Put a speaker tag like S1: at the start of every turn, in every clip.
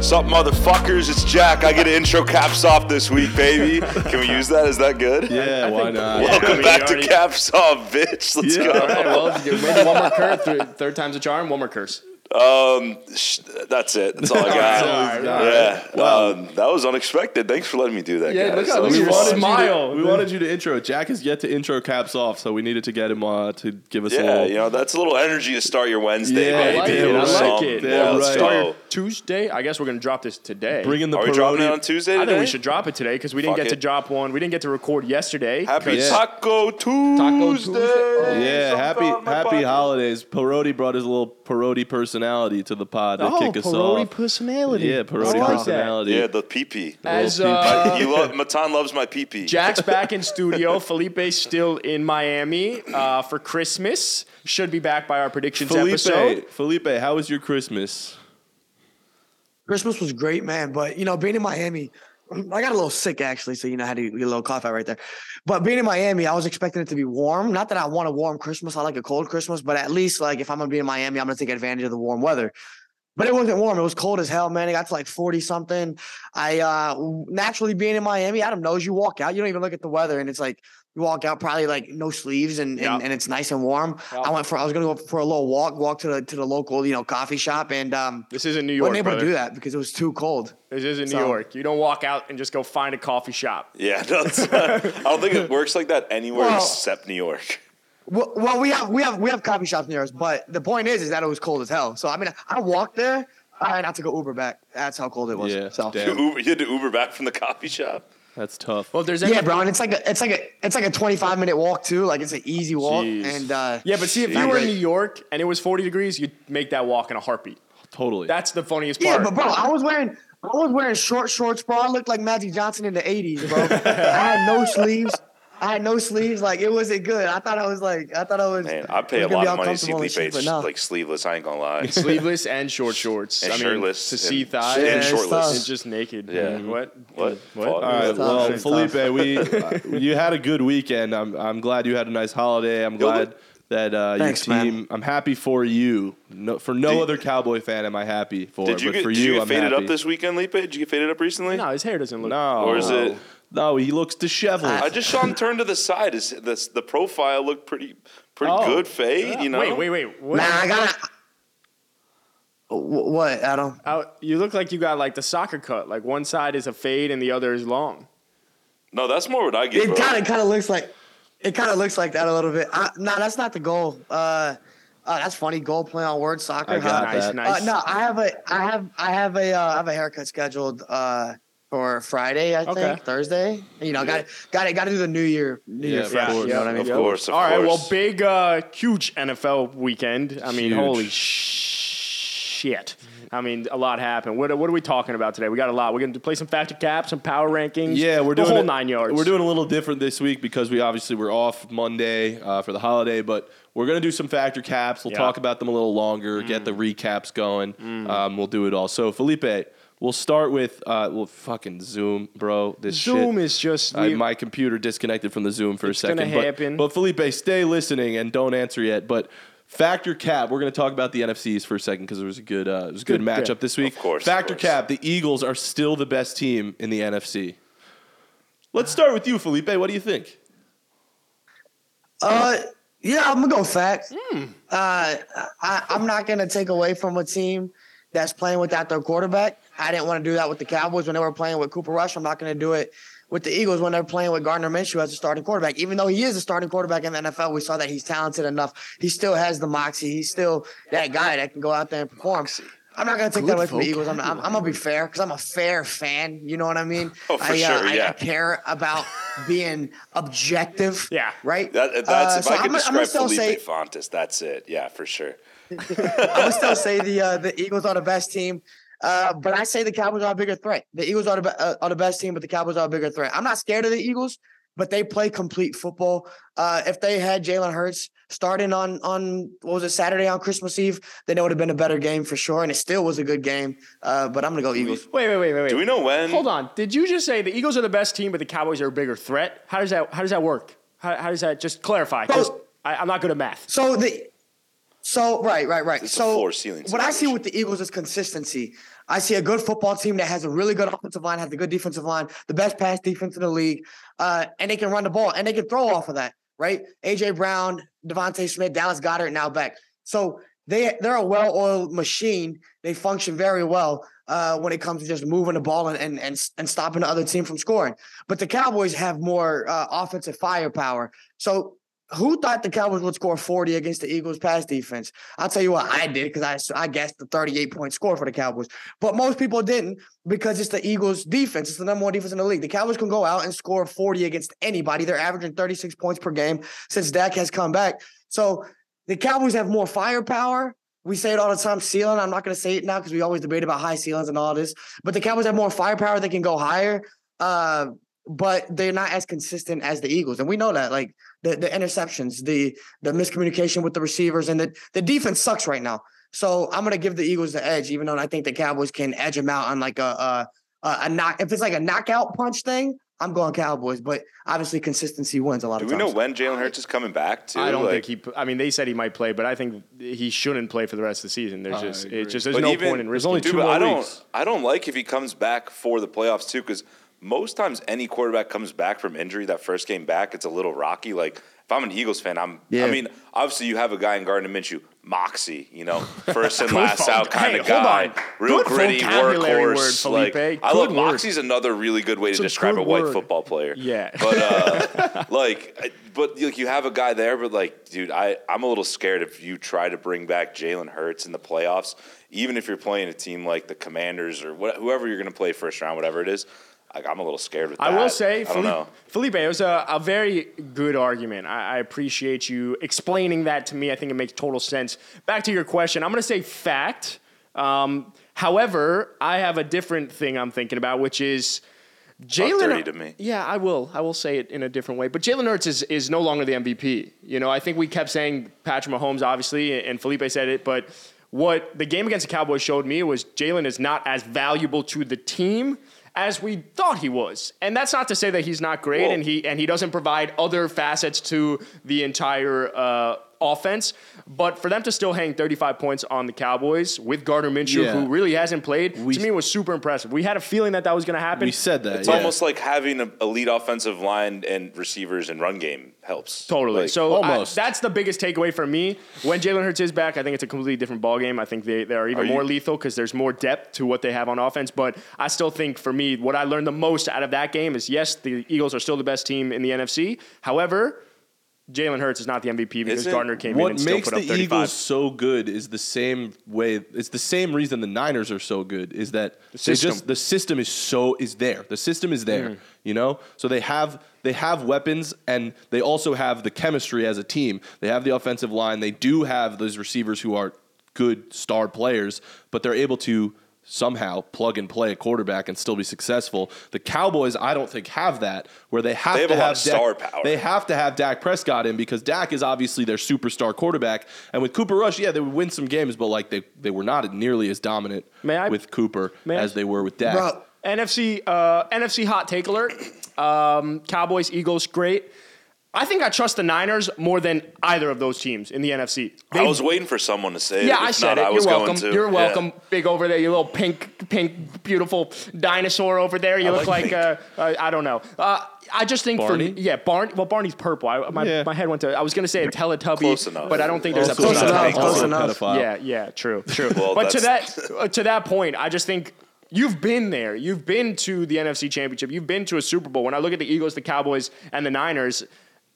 S1: Sup, motherfuckers? It's Jack. I get an intro caps off this week, baby. Can we use that? Is that good?
S2: Yeah, why not?
S1: Welcome
S3: I mean,
S1: back
S3: you
S1: to
S3: already-
S1: caps off, bitch. Let's
S2: Yeah, all right. Well, maybe one more curse. Third, third time's a charm. One more curse.
S1: go. Um, sh- that's it. That's all I got.
S2: Sorry.
S1: Yeah, um, that was unexpected. Thanks for letting me do that,
S2: Yeah,
S1: guys.
S2: look how
S1: That was
S2: we
S3: your
S1: fun.
S2: wanted You
S3: smile.
S2: to, we wanted you to intro. Jack is yet to intro caps off, so we needed to get him uh, to give us a
S1: Yeah,
S2: little.
S1: you know that's a little energy to start your Wednesday,
S2: Yeah, I
S1: baby.
S2: like
S1: A
S2: it.
S1: little
S2: I like
S1: something.
S3: it.
S1: Yeah,
S2: Yeah,
S1: let's
S2: right.
S3: Start
S1: go.
S3: Tuesday. I guess we're gonna drop this today.
S2: Bring in the
S1: Are we dropping
S2: Parodi-
S1: it on Tuesday?
S3: I
S1: today?
S3: think we should drop it today because we didn't
S1: Fuck
S3: get to
S1: it.
S3: drop one. We didn't get to record yesterday.
S1: Happy
S3: 'cause-
S2: Yeah.
S1: Taco Tuesday.
S2: Yeah, happy
S1: Something on my
S2: happy
S1: pocket.
S2: holidays. Parodi brought his little Parodi personality to the pod to kick us
S3: Parodi
S2: off.
S3: personality.
S2: yeah, Oh, Parodi
S3: I like that.
S2: personality.
S1: Yeah, the pee pee.
S3: As
S2: Little
S3: uh,
S1: you love Matan loves my pee pee.
S3: Jack's back in studio. Felipe's still in Miami uh, for Christmas. Should be back by our predictions
S2: Felipe,
S3: episode.
S2: Felipe, how was your Christmas?
S4: Christmas was great, man. But you know, being in Miami, I got a little sick actually. So you know, I had to get a little cough out right there. But being in Miami, I was expecting it to be warm. Not that I want a warm Christmas. I like a cold Christmas. But at least like if I'm gonna be in Miami, I'm gonna take advantage of the warm weather. But it wasn't warm. It was cold as hell, man. It got to like 40 something. I uh w- naturally being in Miami, Adam knows you walk out, you don't even look at the weather, and it's like you walk out probably like no sleeves and and,
S3: Yeah.
S4: and it's nice and warm. I went for I was gonna go for a little walk, walk to the to the local, you know, coffee shop and um
S3: This isn't New York,
S4: wasn't able to do
S3: brother.
S4: that because it was too cold.
S3: This isn't New
S4: So-
S3: York. You don't walk out and just go find a coffee shop.
S1: Yeah, that's, I don't think it works like that anywhere
S4: Well-
S1: except New York.
S4: Well, well, we have we have we have coffee shops near us, but the point is, is that it was cold as hell. So I mean, I walked there. I had to go Uber back. That's how cold it was.
S2: Yeah,
S4: so.
S2: damn.
S1: Uber, you had to Uber back from the coffee shop.
S2: That's tough.
S3: Well, if there's any
S4: Yeah, bro, and it's like a it's like a it's like a twenty five minute walk too. Like it's an easy walk,
S2: Jeez.
S4: and uh,
S3: Yeah, but see, if you
S4: Not
S3: were in
S4: great.
S3: New York and it was 40 degrees, you'd make that walk in a heartbeat.
S2: totally.
S3: That's the funniest
S4: yeah,
S3: part.
S4: but bro, I was wearing I was wearing short shorts, bro. I looked like Magic Johnson in the eighties, bro. I had no sleeves. I had no sleeves. Like it wasn't good. I thought I was like I thought I was.
S1: Man, I pay a
S4: gonna
S1: lot
S4: be
S1: of money to see
S4: uncomfortable
S1: Lee
S4: and shit,
S1: Bates
S4: but no.
S1: like sleeveless. I ain't gonna lie.
S3: Sleeveless and short shorts.
S1: And
S3: I mean,
S1: shirtless
S3: To see
S1: and-
S3: thighs.
S1: and
S3: Yeah,
S4: it's
S1: shortless.
S4: tough.
S3: It's just naked.
S1: Yeah.
S3: What?
S1: What? Fuck.
S3: What?
S2: All right,
S4: tough,
S2: well,
S4: it's tough.
S2: Felipe, we uh, you had a good weekend. I'm I'm glad you had a nice holiday. I'm glad that uh,
S4: Thanks,
S2: your
S4: man.
S2: team. I'm happy for you. No, for no
S1: Did-
S2: other Cowboy fan am I happy for.
S1: Did you
S2: but
S1: get,
S2: for
S1: did you get
S2: I'm
S1: faded
S2: happy.
S1: up this weekend, Lipe? Did you get faded up recently?
S3: No, his hair doesn't look.
S2: No,
S1: Or is it-
S2: No, he looks disheveled.
S1: I just saw him turn to the side. Is the the profile looked pretty pretty
S2: Oh.
S1: good fade? You know.
S3: Wait, wait, wait. What?
S4: Nah, I got. What Adam?
S3: Out- you look like you got like the soccer cut. Like one side is a fade and the other is long.
S1: No, that's more what I get. bro.
S4: It kind of kind of looks like it kind of looks like that a little bit. I, no, that's not the goal. Uh, uh, that's funny. Goal play on word soccer.
S2: I got
S4: huh?
S3: Nice,
S2: that.
S3: nice.
S4: Uh, no, I have a I have I have a uh, I have a haircut scheduled uh, for Friday. I
S3: Okay.
S4: think Thursday. You know, got got got to do the New Year New Year
S2: of
S4: fresh.
S2: course.
S4: You know what I mean?
S1: Of course, of
S3: All right.
S1: course.
S3: Well, big, uh, huge NFL weekend. I mean,
S2: Huge.
S3: holy shit. I mean, a lot happened. What, what are we talking about today? We got a lot. We're going to play some factor cap, some power rankings.
S2: Yeah, we're
S3: the
S2: doing
S3: whole
S2: it-
S3: nine yards.
S2: We're doing a little different this week because we obviously were off Monday uh, for the holiday, but we're gonna do some factor caps. We'll
S3: Yeah. Mm.
S2: talk about them a little longer, get the recaps going. Um, we'll do it all. So Felipe, we'll start with uh, we'll fucking Zoom, bro. This
S3: Zoom
S2: shit.
S3: is just
S2: I,
S3: we-
S2: my computer disconnected from the Zoom for
S3: It's
S2: a
S3: gonna
S2: 2nd but-
S3: happen.
S2: But, Felipe, stay listening and don't answer yet. But factor cap, we're going to talk about the NFCs for a second because it was a good, uh, it was a good,
S3: Good
S2: matchup
S3: pick.
S2: this week.
S1: Of course, of
S2: factor
S1: course.
S2: cap, the Eagles are still the best team in the NFC. Let's start with you, Felipe. What do you think?
S4: Uh, yeah, I'm gonna go facts.
S1: Hmm.
S4: Uh, I, I'm not gonna take away from a team that's playing without their quarterback. I didn't want to do that with the Cowboys when they were playing with Cooper Rush. I'm not gonna do it with the Eagles when they're playing with Gardner Minshew as a starting quarterback. Even though he is a starting quarterback in the NFL, we saw that he's talented enough. He still has the moxie. He's still that guy that can go out there and perform. I'm not gonna take that away from the Eagles. I'm, I'm, I'm gonna be fair because I'm a fair fan. You know what I mean?
S1: Oh, for
S4: I, uh,
S1: sure,
S4: I- I
S1: yeah.
S4: care about being objective.
S3: Yeah.
S4: Right.
S1: That, that's
S4: Uh,
S1: if
S4: so
S1: I could
S4: I'm, gonna- I'm
S1: describe
S4: gonna still
S1: Felipe
S4: say
S1: Fontes, that's it. Yeah, for sure.
S4: I'm gonna still say the uh, the Eagles are the best team. Uh, but I say the Cowboys are a bigger threat. The Eagles are the, be- uh, are the best team, but the Cowboys are a bigger threat. I'm not scared of the Eagles, but they play complete football. Uh, if they had Jalen Hurts starting on on what was it Saturday on Christmas Eve, then it would have been a better game for sure, and it still was a good game. Uh, but I'm gonna go Eagles.
S3: Wait, wait, wait, wait, wait.
S1: Do we know when?
S3: Hold on. Did you just say the Eagles are the best team, but the Cowboys are a bigger threat? How does that? How does that work? How, how does that? Just clarify. 'cause
S4: Well-
S3: I, I'm not good at math.
S4: So the So right, right, right.
S1: It's a
S4: so
S1: floor ceiling
S4: what I see
S1: situation.
S4: with the Eagles is consistency. I see a good football team that has a really good offensive line, has a good defensive line, the best pass defense in the league, uh, and they can run the ball and they can throw off of that, right? AJ Brown, Devontae Smith, Dallas Goddard, now back. So they they're a well-oiled machine. They function very well uh, when it comes to just moving the ball and and and, and stopping the other team from scoring. But the Cowboys have more uh, offensive firepower. So who thought the Cowboys would score 40 against the Eagles pass defense? I'll tell you what, I did because I, I guessed the 38 point score for the Cowboys. But most people didn't because it's the Eagles defense. It's the number one defense in the league. The Cowboys can go out and score 40 against anybody. They're averaging 36 points per game since Dak has come back. So the Cowboys have more firepower. We say it all the time, ceiling. I'm not going to say it now because we always debate about high ceilings and all this. But the Cowboys have more firepower. They can go higher. Uh, but they're not as consistent as the Eagles. And we know that. Like, the the interceptions, the the miscommunication with the receivers, and the the defense sucks right now. So I'm gonna give the Eagles the edge, even though I think the Cowboys can edge them out on like a a, a, a knock. If it's like a knockout punch thing, I'm going Cowboys. But obviously, consistency wins a lot
S1: Do
S4: of
S1: we
S4: times.
S1: know when Jalen Hurts is coming back? Too.
S3: I don't
S1: Like,
S3: think he. p- I mean, they said he might play, but I think he shouldn't play for the rest of the season. There's
S2: I
S3: just
S2: agree.
S3: it just there's
S1: But
S3: no
S1: even-
S3: point in
S1: there's
S3: risking.
S2: only
S3: it.
S1: Dude,
S2: two
S1: but
S2: more
S1: I don't.
S2: weeks.
S1: I don't like if he comes back for the playoffs too, because most times any quarterback comes back from injury that first game back, it's a little rocky. Like if I'm an Eagles fan, I'm.
S4: Yeah.
S1: I mean, obviously you have a guy in Gardner Minshew, moxie, you know, first and last out
S3: Hey,
S1: kind of
S3: hold
S1: guy,
S3: on.
S1: real
S3: Good
S1: gritty
S3: vocabulary word,
S1: workhorse.
S3: Felipe.
S1: like I
S3: Good
S1: love
S3: word.
S1: moxie's another really good way to
S3: a
S1: describe
S3: good
S1: a white
S3: word.
S1: football player.
S3: Yeah.
S1: but uh, like, I- but like you have a guy there, but like, dude, I I'm a little scared if you try to bring back Jalen Hurts in the playoffs, even if you're playing a team like the Commanders or what, whoever you're going to play first round, whatever it is. Like, I'm a little scared with that.
S3: I will say,
S1: I don't know.
S3: Felipe, Felipe, it was a, a very good argument. I, I appreciate you explaining that to me. I think it makes total sense. Back to your question, I'm going to say fact. Um, however, I have a different thing I'm thinking about, which is Jalen.
S1: dirty to me.
S3: Yeah, I will. I will say it in a different way. But Jalen Hurts is, is no longer the MVP. You know, I think we kept saying Patrick Mahomes, obviously, and Felipe said it, but what the game against the Cowboys showed me was Jalen is not as valuable to the team as we thought he was. And that's not to say that he's not great
S1: Whoa.
S3: and he and he doesn't provide other facets to the entire uh, offense. But for them to still hang 35 points on the Cowboys with Gardner Minshew,
S2: Yeah.
S3: who really hasn't played,
S2: We-
S3: to me was super impressive. We had a feeling that that was going to happen.
S2: We said that.
S1: It's
S2: yeah.
S1: almost like having an elite offensive line and receivers and run game helps.
S3: Totally.
S1: Like,
S3: so I-
S2: almost.
S3: that's the biggest takeaway for me. When Jalen Hurts is back, I think it's a completely different ballgame. I think they, they are even
S1: Are
S3: more
S1: you-
S3: lethal because there's more depth to what they have on offense. But I still think for me, what I learned the most out of that game is yes, the Eagles are still the best team in the NFC. However, Jalen Hurts is not the MVP because
S1: Isn't-
S3: Gardner came in
S2: what
S3: and still
S2: makes
S3: put
S2: the
S3: up 35.
S2: Eagles so good is the same way. It's the same reason the Niners are so good is that the
S3: system. Mm.
S2: just the system is so is there. The system is there. You know, so they have they have weapons and they also have the chemistry as a team. They have the offensive line. They do have those receivers who are good star players, but they're able to somehow plug and play a quarterback and still be successful. The Cowboys, I don't think, have that where they have,
S1: They have
S2: to
S1: a lot
S2: have
S1: of
S2: Dak-
S1: star power.
S2: They have to have Dak Prescott in because Dak is obviously their superstar quarterback. And with Cooper Rush, yeah, they would win some games, but like they, they were not nearly as dominant
S3: May I-
S2: with Cooper
S3: may I-
S2: as they were with Dak.
S4: Bro,
S3: NFC uh, NFC hot take alert. Um, Cowboys, Eagles, great. I think I trust the Niners more than either of those teams in the NFC.
S1: I
S3: They've
S1: was waiting for someone to say.
S3: Yeah,
S1: it. If
S3: I said
S1: not,
S3: it.
S1: I was
S3: You're welcome.
S1: Going to.
S3: You're
S1: Yeah.
S3: welcome. Big over there, you little pink, pink, beautiful dinosaur over there. You
S1: I
S3: look
S1: like
S3: like, uh,
S1: pink.
S3: uh, I don't know. Uh, I just think
S2: Barney?
S3: for yeah, Barney. Well, Barney's purple. I, my,
S2: Yeah.
S3: my head went to. I was gonna say a Teletubby,
S1: Close enough.
S3: but I don't think there's
S2: Also
S3: a
S4: Close
S2: not-
S4: enough,
S2: also
S4: close
S2: a
S4: enough.
S2: pedophile.
S3: yeah, yeah, true, true.
S1: Well,
S3: but to
S1: that's-
S3: that uh, to that point, I just think you've been there. You've been to the NFC Championship. You've been to a Super Bowl. When I look at the Eagles, the Cowboys, and the Niners,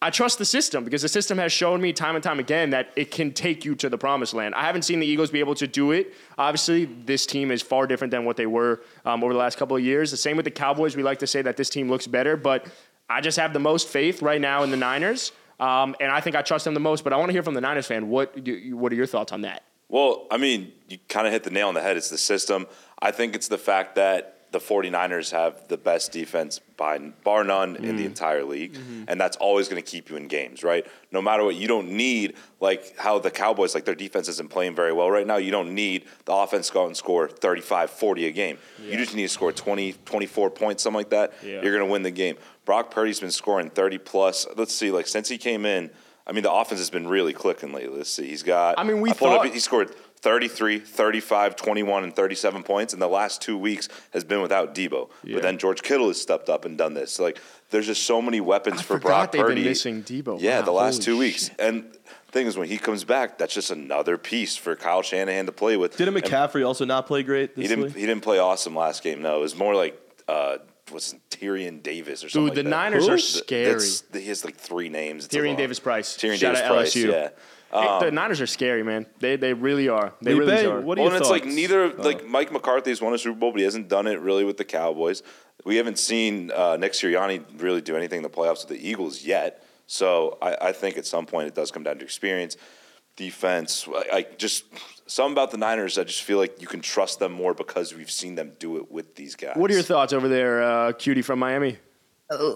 S3: I trust the system because the system has shown me time and time again that it can take you to the promised land. I haven't seen the Eagles be able to do it. Obviously, this team is far different than what they were um, over the last couple of years. The same with the Cowboys. We like to say that this team looks better, but I just have the most faith right now in the Niners. Um, and I think I trust them the most, but I want to hear from the Niners fan. What do, what are your thoughts on that?
S1: Well, I mean, you kind of hit the nail on the head. It's the system. I think it's the fact that the 49ers have the best defense by bar none in the entire league, and that's always going to keep you in games, right? No matter what, you don't need like how the Cowboys like their defense isn't playing very well right now. You don't need the offense to go out and score 35, 40 a game. You just need to score 20, 24 points, something like that.
S3: Yeah.
S1: You're going to win the game. Brock Purdy's been scoring 30 plus. Let's see, like since he came in, I mean, the offense has been really clicking lately. Let's see. He's got.
S3: I mean, we
S1: pulled up-
S3: thought-
S1: he scored 33, 35, 21, and 37 points, and the last two weeks has been without Debo. But then George Kittle has stepped up and done this. So, like, there's just so many weapons
S3: I
S1: for
S3: forgot
S1: Brock
S3: they've been
S1: Purdy.
S3: missing Debo.
S1: Yeah,
S3: Wow,
S1: the last
S3: holy
S1: two weeks. And thing is, when he comes back, that's just another piece for Kyle Shanahan to play with.
S2: Didn't
S1: And
S2: McCaffrey also not play great this
S1: he didn't.
S2: league?
S1: He didn't play awesome last game. No, it was more like uh, what's Tyrion Davis or something.
S3: the
S1: like that.
S3: Niners
S1: Who?
S3: are
S1: Th- that's- He has like three names. It's a
S3: Tyrion
S1: lot.
S3: Davis Price.
S1: Tyrion
S3: Shout
S1: Davis
S3: out
S1: Price.
S3: LSU.
S1: Yeah.
S3: Hey,
S1: Um,
S3: the Niners are scary, man. They they really are. They
S2: Felipe,
S3: really are. Uh.
S2: what do
S1: Well, Oh,
S2: you
S1: and it's like
S2: thoughts?
S1: neither of like Mike McCarthy has won a Super Bowl, but he hasn't done it really with the Cowboys. We haven't seen uh, Nick Sirianni really do anything in the playoffs with the Eagles yet. So I, I think at some point it does come down to experience, defense. I, I just some about the Niners. I just feel like you can trust them more because we've seen them do it with these guys.
S3: What are your thoughts over there, uh, cutie from Miami?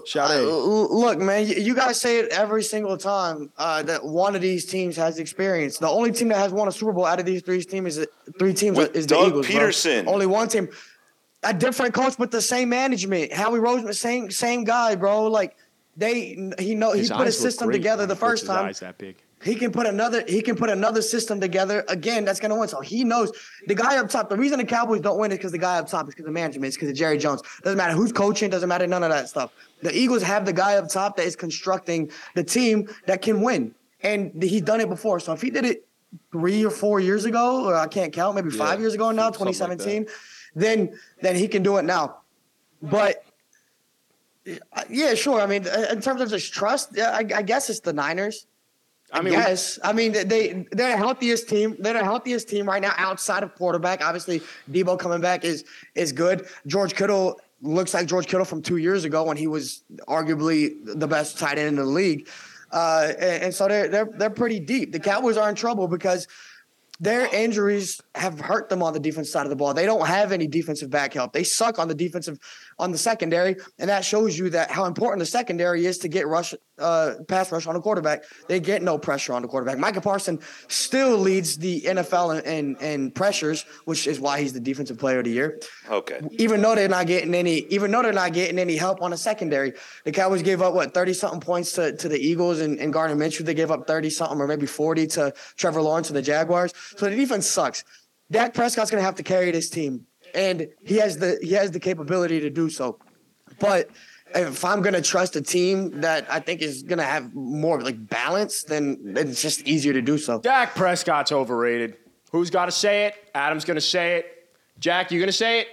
S3: Shout
S4: Uh,
S3: out.
S4: l- look, man, you, you guys say it every single time uh, that one of these teams has experience. The only team that has won a Super Bowl out of these three teams is uh, three teams
S1: With
S4: is
S1: Doug
S4: the Eagles. bro.
S1: Peterson.
S4: Only one team. A different coach with the same management. Howie Roseman, same same guy, bro. Like they he know he put a system together the first time
S3: His eyes that big.
S4: he can put another he can put another system together again that's gonna win. So he knows the guy up top. The reason the Cowboys don't win is because the guy up top is because of management, it's because of Jerry Jones. Doesn't matter who's coaching, doesn't matter none of that stuff. The Eagles have the guy up top that is constructing the team that can win. And he's done it before. So if he did it three or four years ago, or I can't count, maybe five years ago now,
S2: something like that.
S4: 2017, then then he can do it now. But uh, yeah, sure. I mean, uh, in terms of just trust, yeah, I, I guess it's the Niners.
S3: I
S4: I
S3: mean,
S4: mean,
S3: we-
S4: yes. I mean, they they're the healthiest team. They're the healthiest team right now outside of quarterback. Obviously, Debo coming back is is good. George Kittle looks like George Kittle from two years ago when he was arguably the best tight end in the league. Uh, and, and so they're they're they're pretty deep. The Cowboys are in trouble because their injuries have hurt them on the defense side of the ball. They don't have any defensive back help. They suck on the defensive, on the secondary, and that shows you that how important the secondary is to get rush, uh, pass rush on the quarterback. They get no pressure on the quarterback. Micah Parson still leads the NFL in, in, in pressures, which is why he's the defensive player of the year
S1: Okay.
S4: even though they're not getting any, even though they're not getting any help on the secondary, the Cowboys gave up what thirty something points to, to the Eagles and, and Gardner Minshew. They gave up thirty something or maybe forty to Trevor Lawrence and the Jaguars. So the defense sucks. Dak Prescott's gonna have to carry this team, and he has the he has the capability to do so. But if I'm gonna trust a team that I think is gonna have more like balance, then it's just easier to do so.
S3: Dak Prescott's overrated. Who's got to say it? Adam's going to say it. Jack, you going to say it?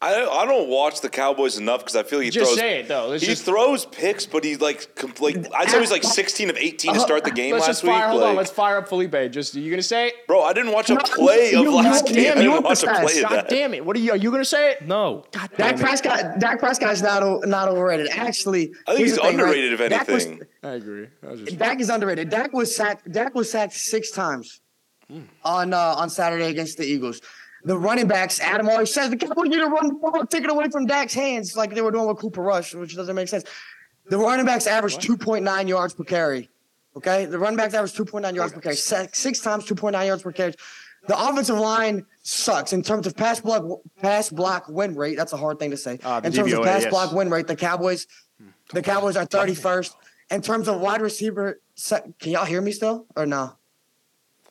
S1: I don't, I don't watch the Cowboys enough because I feel he
S3: Just
S1: throws.
S3: say it, though. Let's
S1: he
S3: just-
S1: throws picks, but he's like, compl- like I'd say he was like sixteen of eighteen to start the game
S3: Uh-huh.
S1: last
S3: Let's just fire.
S1: week.
S3: hold on.
S1: like-
S3: Let's fire up Felipe. Just you going to say it?
S1: Bro, I didn't watch a play
S4: you-
S1: of
S4: you-
S1: last
S4: you-
S1: game. I
S4: you
S1: didn't watch a
S4: emphasized,
S1: play of
S3: God
S1: that.
S3: damn it! What are you? Are you going to say it?
S2: No.
S3: God damn
S4: Dak
S3: it!
S4: Prescott, Dak Prescott's not o- not overrated. Actually,
S1: I think
S4: here's
S1: he's
S4: the thing, right?
S1: underrated, if
S4: Dak was-
S1: anything.
S3: I agree. That was just-
S4: Dak is underrated. Dak was sacked. Dak was sacked six times on uh, on Saturday against the Eagles. The running backs, Adam always says the Cowboys need to run the ball, take it away from Dak's hands, like they were doing with Cooper Rush, which doesn't make sense. The running backs averaged two point nine yards per carry. Okay, the running backs averaged two point nine yards per carry, Sack six times two point nine yards per carry. The offensive line sucks in terms of pass block pass block win rate. That's a hard thing to say.
S3: Ah, the
S4: in terms of
S3: DVOA,
S4: pass
S3: yes.
S4: block win rate, the Cowboys the Cowboys are 31st in terms of wide receiver. se- Can y'all hear me still or no?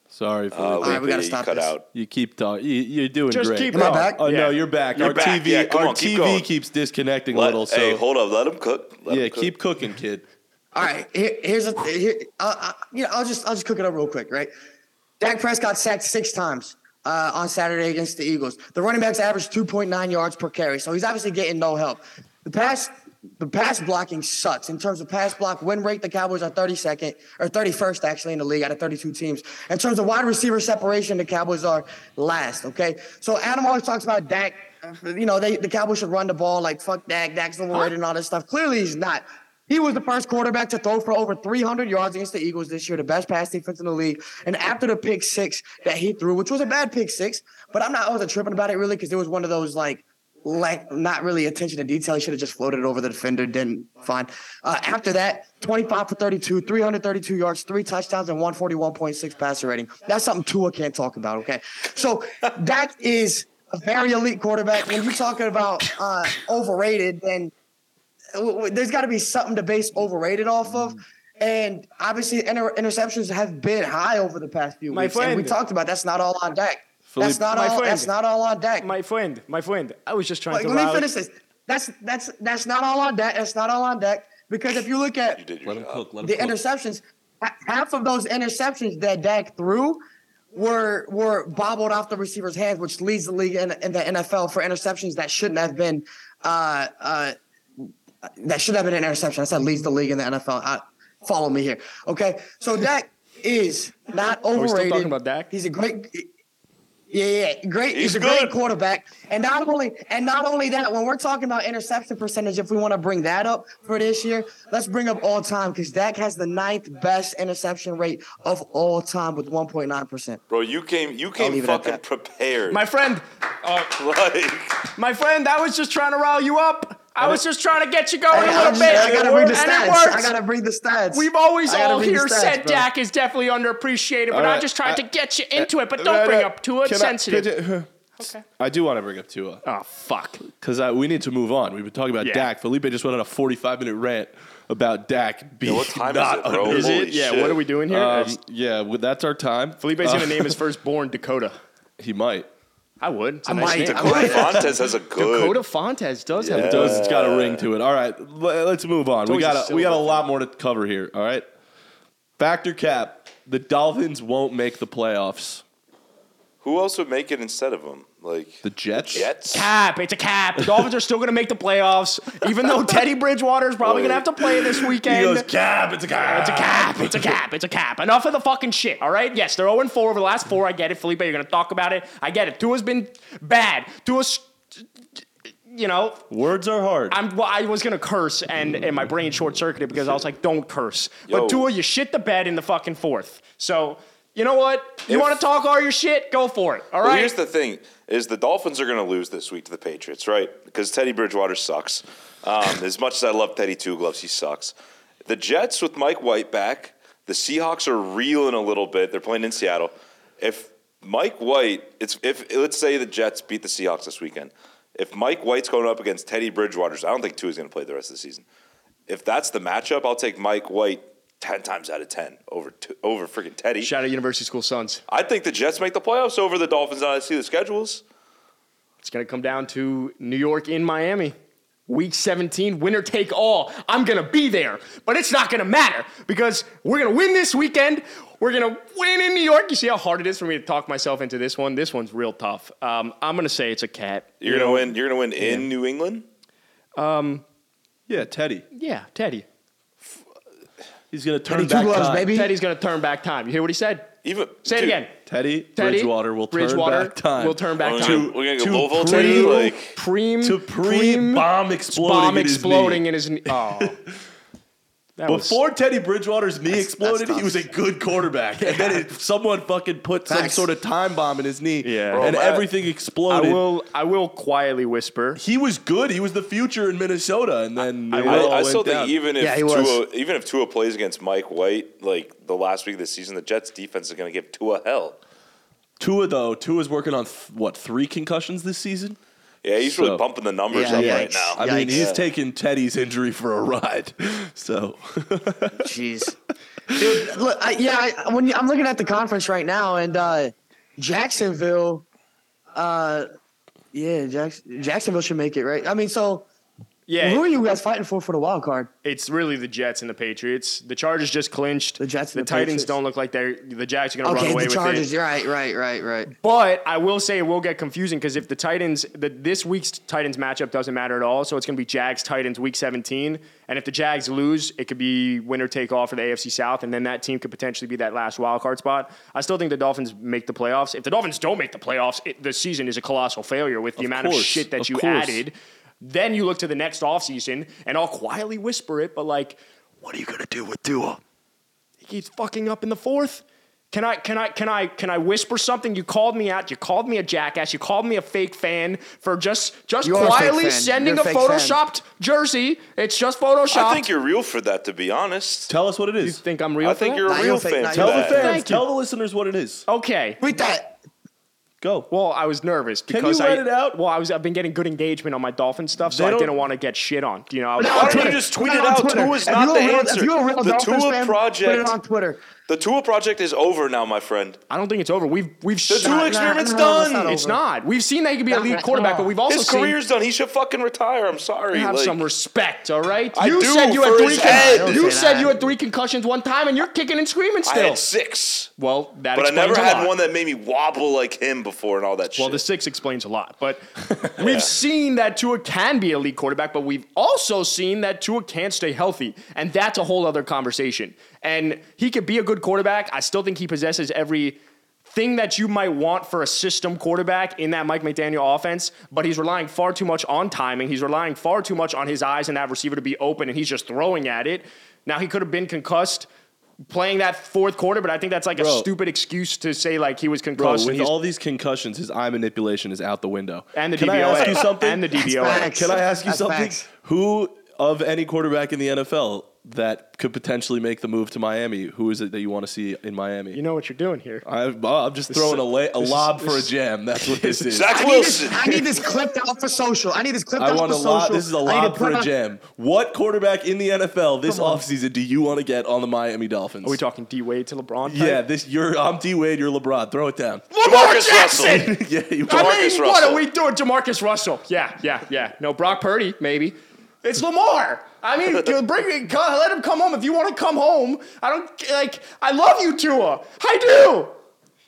S2: Sorry, Felipe.
S1: Uh,
S4: All right, we gotta
S1: Lee
S4: stop
S1: cut
S4: this.
S1: out.
S2: you keep talking. You, you're doing
S3: Just
S2: great.
S3: keep
S4: Am I
S3: going.
S4: back?
S2: Oh
S3: Yeah.
S2: no, you're back.
S1: You're
S2: our
S1: back.
S2: TV,
S1: Yeah, come
S2: our
S1: on, keep
S2: TV
S1: going.
S2: keeps disconnecting
S1: Let-
S2: a little. So
S1: hey, hold up. Let him cook. Let him
S2: yeah,
S1: cook.
S2: keep cooking, kid.
S4: All right, here, here's a here. Uh, you know, I'll just I'll just cook it up real quick, right? Dak Prescott sacked six times uh, on Saturday against the Eagles. The running backs averaged 2.9 yards per carry, so he's obviously getting no help. The pass the pass blocking sucks in terms of pass block win rate. The Cowboys are 32nd or 31st actually in the league out of 32 teams. In terms of wide receiver separation, the Cowboys are last. Okay, so Adam always talks about Dak. uh, You know, they the Cowboys should run the ball like fuck Dak. Dak's overrated and all this stuff. Clearly, he's not. He was the first quarterback to throw for over 300 yards against the Eagles this year, the best pass defense in the league. And after the pick six that he threw, which was a bad pick six, but I'm not, I wasn't tripping about it really because it was one of those like, like not really attention to detail. He should have just floated it over the defender. Didn't fine. Uh, after that, 25 for 32, 332 yards, three touchdowns, and 141.6 passer rating. That's something Tua can't talk about. Okay, so that is a very elite quarterback. When you're talking about uh,
S3: Mm.
S4: overrated, then w- w- there's got to be something to base overrated off of. And obviously, inter- interceptions have been high over the past few
S3: My
S4: weeks. and we
S3: friend.
S4: talked about that's not all on deck.
S2: Philippe-
S4: that's not
S3: My
S4: all.
S3: friend.
S4: That's not all on deck.
S3: My friend, my friend, I was just trying
S4: Like,
S3: to.
S4: let me
S3: rally-
S4: finish this. That's that's that's not all on deck. That's not all on deck because if you look at
S1: You did your
S2: Let him
S1: job.
S2: cook. Let him
S4: the
S2: cook.
S4: interceptions, ha- half of those interceptions that Dak threw were were bobbled off the receiver's hands, which leads the league in, in the NFL for interceptions that shouldn't have been uh, uh, that should have been an interception. I said leads the league in the NFL. I, follow me here, okay? So Dak is not overrated.
S3: we still talking about Dak?
S4: He's a great. Yeah, yeah, yeah. great. He's,
S1: He's
S4: a great
S1: good.
S4: quarterback, and not only and not only that. When we're talking about interception percentage, if we want to bring that up for this year, let's bring up all time because Dak has the ninth best interception rate of all time with 1.9 percent.
S1: Bro, you came you came
S4: leave it at
S1: fucking
S4: that.
S1: prepared.
S3: My friend,
S1: like,
S3: my friend, I was just trying to rile you up. I was just trying to get you going a
S4: I,
S3: little bit.
S4: I gotta bring the
S3: and it
S4: stats.
S3: worked.
S4: I gotta bring the stats.
S3: We've always
S4: I gotta
S3: all
S4: read the
S3: here
S4: stats,
S3: said
S4: bro.
S3: Dak is definitely underappreciated, but I
S2: Alright,
S3: just tried
S2: I-
S3: to get you into it. But
S2: Uh,
S3: don't bring
S2: uh,
S3: up Tua. It's
S2: can I-
S3: sensitive.
S2: could you- I do want to bring up Tua
S3: oh fuck.
S2: because we need to move on. We've been talking about
S3: Yeah.
S2: Dak. Felipe just went on a 45 minute rant about Dak being
S1: what time is
S2: not
S1: it, bro?
S2: under-
S1: Is it? Holy
S3: Yeah.
S1: shit.
S3: What are we doing here?
S2: Um,
S3: It's-
S2: yeah, well, that's our time.
S3: Felipe's
S2: Uh,
S3: gonna name his firstborn Dakota.
S2: He might.
S3: I would. It's a
S4: I
S3: nice
S4: might-
S3: name.
S4: I
S1: Dakota Fontes has a good.
S3: Dakota Fontes does have.
S2: It
S3: a
S2: does. It's got a ring to it. All right, l- let's move on. We
S3: Uh, always a
S2: got a, we
S3: silver
S2: got a lot more to cover here. All right, factor cap. The Dolphins won't make the playoffs.
S1: Who else would make it instead of him? Like
S2: The Jets.
S1: Jets.
S3: Cap. It's a cap. The Dolphins are still gonna make the playoffs, even though Teddy Bridgewater is probably gonna have to play this weekend.
S2: He goes cap. It's a cap.
S3: It's a cap. It's a cap. It's a cap. Enough of the fucking shit. All right. Yes, they're 0 and 4 over the last four. I get it, Felipe. You're gonna talk about it. I get it. Tua's been bad. Tua's, you know,
S2: Words are hard.
S3: I'm. Well, I was gonna curse, and and my brain short circuited because I was like, don't curse.
S1: Yo.
S3: But Tua, you shit the bed in the fucking fourth. So you know what? You
S1: If-
S3: want to talk all your shit? Go for it. All right.
S1: Well, here's the thing: is the Dolphins are going to lose this week to the Patriots, right? Because Teddy Bridgewater sucks. Um, as much as I love Teddy Two Gloves, he sucks. The Jets with Mike White back. The Seahawks are reeling a little bit. They're playing in Seattle. If Mike White, it's if let's say the Jets beat the Seahawks this weekend. If Mike White's going up against Teddy Bridgewater's, I don't think Tua's going to play the rest of the season. If that's the matchup, I'll take Mike White ten times out of ten over t- over freaking Teddy.
S3: Shout out University School Sons.
S1: I think the Jets make the playoffs over the Dolphins. and I see the schedules.
S3: It's going to come down to New York in Miami. Week 17, winner take all. I'm going to be there, but it's not going to matter because we're going to win this weekend. We're going to win in New York. You see how hard it is for me to talk myself into this one? This one's real tough. Um, I'm going to say it's a cat.
S1: You're
S3: You
S1: gonna
S3: know,
S1: win. You're gonna win in New England.
S2: yeah, Teddy.
S3: Yeah, Teddy.
S2: He's gonna turn
S4: Teddy
S2: back
S4: two gloves,
S2: time.
S4: baby.
S3: Teddy's going to turn back time. You hear what he said?
S1: Even
S3: Say
S1: dude,
S3: it again.
S2: Teddy,
S3: Teddy
S2: Bridgewater will
S3: Bridgewater
S2: turn back time.
S3: will turn back
S1: We're
S3: time.
S1: gonna, we're gonna
S2: to
S1: go Louisville,
S2: pre-
S1: Teddy. Like
S3: Preem,
S2: to pre bomb exploding.
S3: bomb
S2: in his knee.
S3: exploding in his knee. Oh. That was-
S2: Before Teddy Bridgewater's knee exploded,
S4: tough.
S2: he was a good quarterback, and then it, someone fucking put some
S4: Facts.
S2: sort of time bomb in his knee,
S3: Yeah.
S2: and
S1: Bro, that-
S2: everything
S3: I
S2: exploded.
S3: will, I will quietly whisper.
S2: he was good. He was the future in Minnesota, and then it all
S1: I, I
S2: went
S1: still
S2: down.
S1: think even if
S4: Yeah, he was.
S1: Tua, even if Tua plays against Mike White, like the last week of the season, the Jets defense is gonna give Tua hell.
S2: Tua though. Tua's working on th- what three concussions this season?
S1: Yeah, he's
S2: So-
S1: really pumping the numbers
S4: Yeah,
S1: up
S4: yeah.
S1: right now.
S2: I mean,
S4: Yikes.
S2: he's taking Teddy's injury for a ride. So
S4: Jeez. Dude, look, I, yeah, I, when you, I'm looking at the conference right now, and uh, Jacksonville, uh, yeah, Jackson, Jacksonville should make it, right? I mean, so
S3: Yeah,
S4: who are you guys fighting for for the wild card?
S3: it's really the Jets and the Patriots. The Chargers just clinched.
S4: The Jets and the
S3: Titans
S4: Patriots.
S3: don't look like they're the Jags are going to run
S4: Okay,
S3: away
S4: the Chargers.
S3: with it.
S4: You're right, right, right, right.
S3: But I will say it will get confusing because if the Titans, the, this week's Titans matchup doesn't matter at all, so it's going to be Jags Titans Week 17, and if the Jags lose, it could be winner take all for the AFC South, and then that team could potentially be that last wild card spot. I still think the Dolphins make the playoffs. If the Dolphins don't make the playoffs, it, the season is a colossal failure with the amount of
S2: course,
S3: shit that
S2: of
S3: you
S2: course.
S3: added. Then you look to the next offseason, and I'll quietly whisper it, but like, what are you going to do with Tua? He keeps fucking up in the fourth. Can I can I can I can I whisper something? You called me out. You called me a jackass. You called me a fake fan for just just
S4: You are a fake
S3: quietly
S4: fan.
S3: sending
S4: You're
S3: a
S4: a fake fan.
S3: photoshopped jersey. It's just photoshopped.
S1: I think you're real for that, to be honest.
S2: tell us what it is.
S3: think I'm real.
S1: I
S3: for
S1: think
S3: that?
S1: you're a
S4: Nah,
S1: real
S4: you're fake-
S1: fan.
S4: nah,
S1: for
S4: you're
S2: tell the
S1: that.
S2: fans.
S3: Thank you.
S2: Tell the listeners what it is.
S3: okay.
S4: Tweet that.
S2: Go.
S3: Well, I was nervous
S2: you
S3: because
S2: let
S3: I,
S2: it out?
S3: Well, I was I've been getting good engagement on my dolphin stuff, so
S2: They
S3: I
S2: don't-
S3: didn't want to get shit on. You know, I was,
S1: Why don't you just tweet it out? Tua is not the answer. The Tua
S4: Put
S1: project.
S4: it on Twitter.
S1: The Tua project is over now, my friend.
S3: I don't think it's over. We've we've
S1: The
S3: shot-
S1: Tua
S4: nah,
S1: experiment's
S4: no,
S1: done.
S4: it's not
S1: It's
S3: It's not. We've seen that he could be a lead quarterback, but we've also
S1: His
S3: seen
S1: career's done. He should fucking retire. I'm sorry.
S3: have
S1: like-
S3: some respect. All right,
S1: I
S3: you
S1: do
S3: said you had
S1: for
S3: three.
S1: his head.
S4: Don't
S3: you
S4: say
S3: said
S4: that.
S3: you had three concussions one time, and you're kicking and screaming
S1: I
S3: still.
S1: had six,
S3: well, that
S1: but I
S3: explains
S1: never
S3: a
S1: had
S3: lot.
S1: one that made me wobble like him before and all that
S3: Well,
S1: shit.
S3: the six explains a lot, but we've seen that Tua can be a lead quarterback, but we've also seen that Tua can't stay healthy, and that's a whole other conversation. And he could be a good quarterback. I still think he possesses every thing that you might want for a system quarterback in that Mike McDaniel offense, but he's relying far too much on timing. He's relying far too much on his eyes and that receiver to be open, and he's just throwing at it. Now he could have been concussed. Playing that fourth quarter, but I think that's like a
S2: Bro.
S3: stupid excuse to say like he was
S2: Bro,
S3: concussed. and
S2: with
S3: he's
S2: all these concussions, his eye manipulation is out the window.
S3: and the
S2: Can
S3: DVOA.
S2: I ask you something?
S3: And the
S4: That's
S3: DVOA.
S4: facts.
S2: Can I ask you
S4: That's
S2: something?
S4: facts.
S2: Who of any quarterback in the NFL that could potentially make the move to Miami? Who is it that you want to see in Miami?
S3: You know what you're doing here.
S2: I, I'm just throwing a, la- a lob for a jam. That's what this is.
S1: Zach
S4: I need, this,
S1: Wilson.
S4: I need this clipped out for social. I need this clipped
S2: I
S4: out
S2: want a
S4: for social.
S2: lob. This is a
S4: I need to
S2: lob for
S4: put
S2: a
S4: on-
S2: jam. What quarterback in the NFL this offseason do you want to get on the Miami Dolphins?
S3: Are we talking D Wade to LeBron? type?
S2: Yeah, this you're I'm D Wade, you're LeBron. Throw it down.
S1: Jamarcus Russell.
S2: yeah, you
S3: I mean,
S1: Jamarcus
S3: what
S1: Russell.
S3: are we doing? Jamarcus Russell. Yeah, yeah, yeah. No, Brock Purdy, maybe. It's Lamar. I mean, you bring me, co- let him come home if you want to come home. I don't like. I love you, Tua. I do.
S1: No,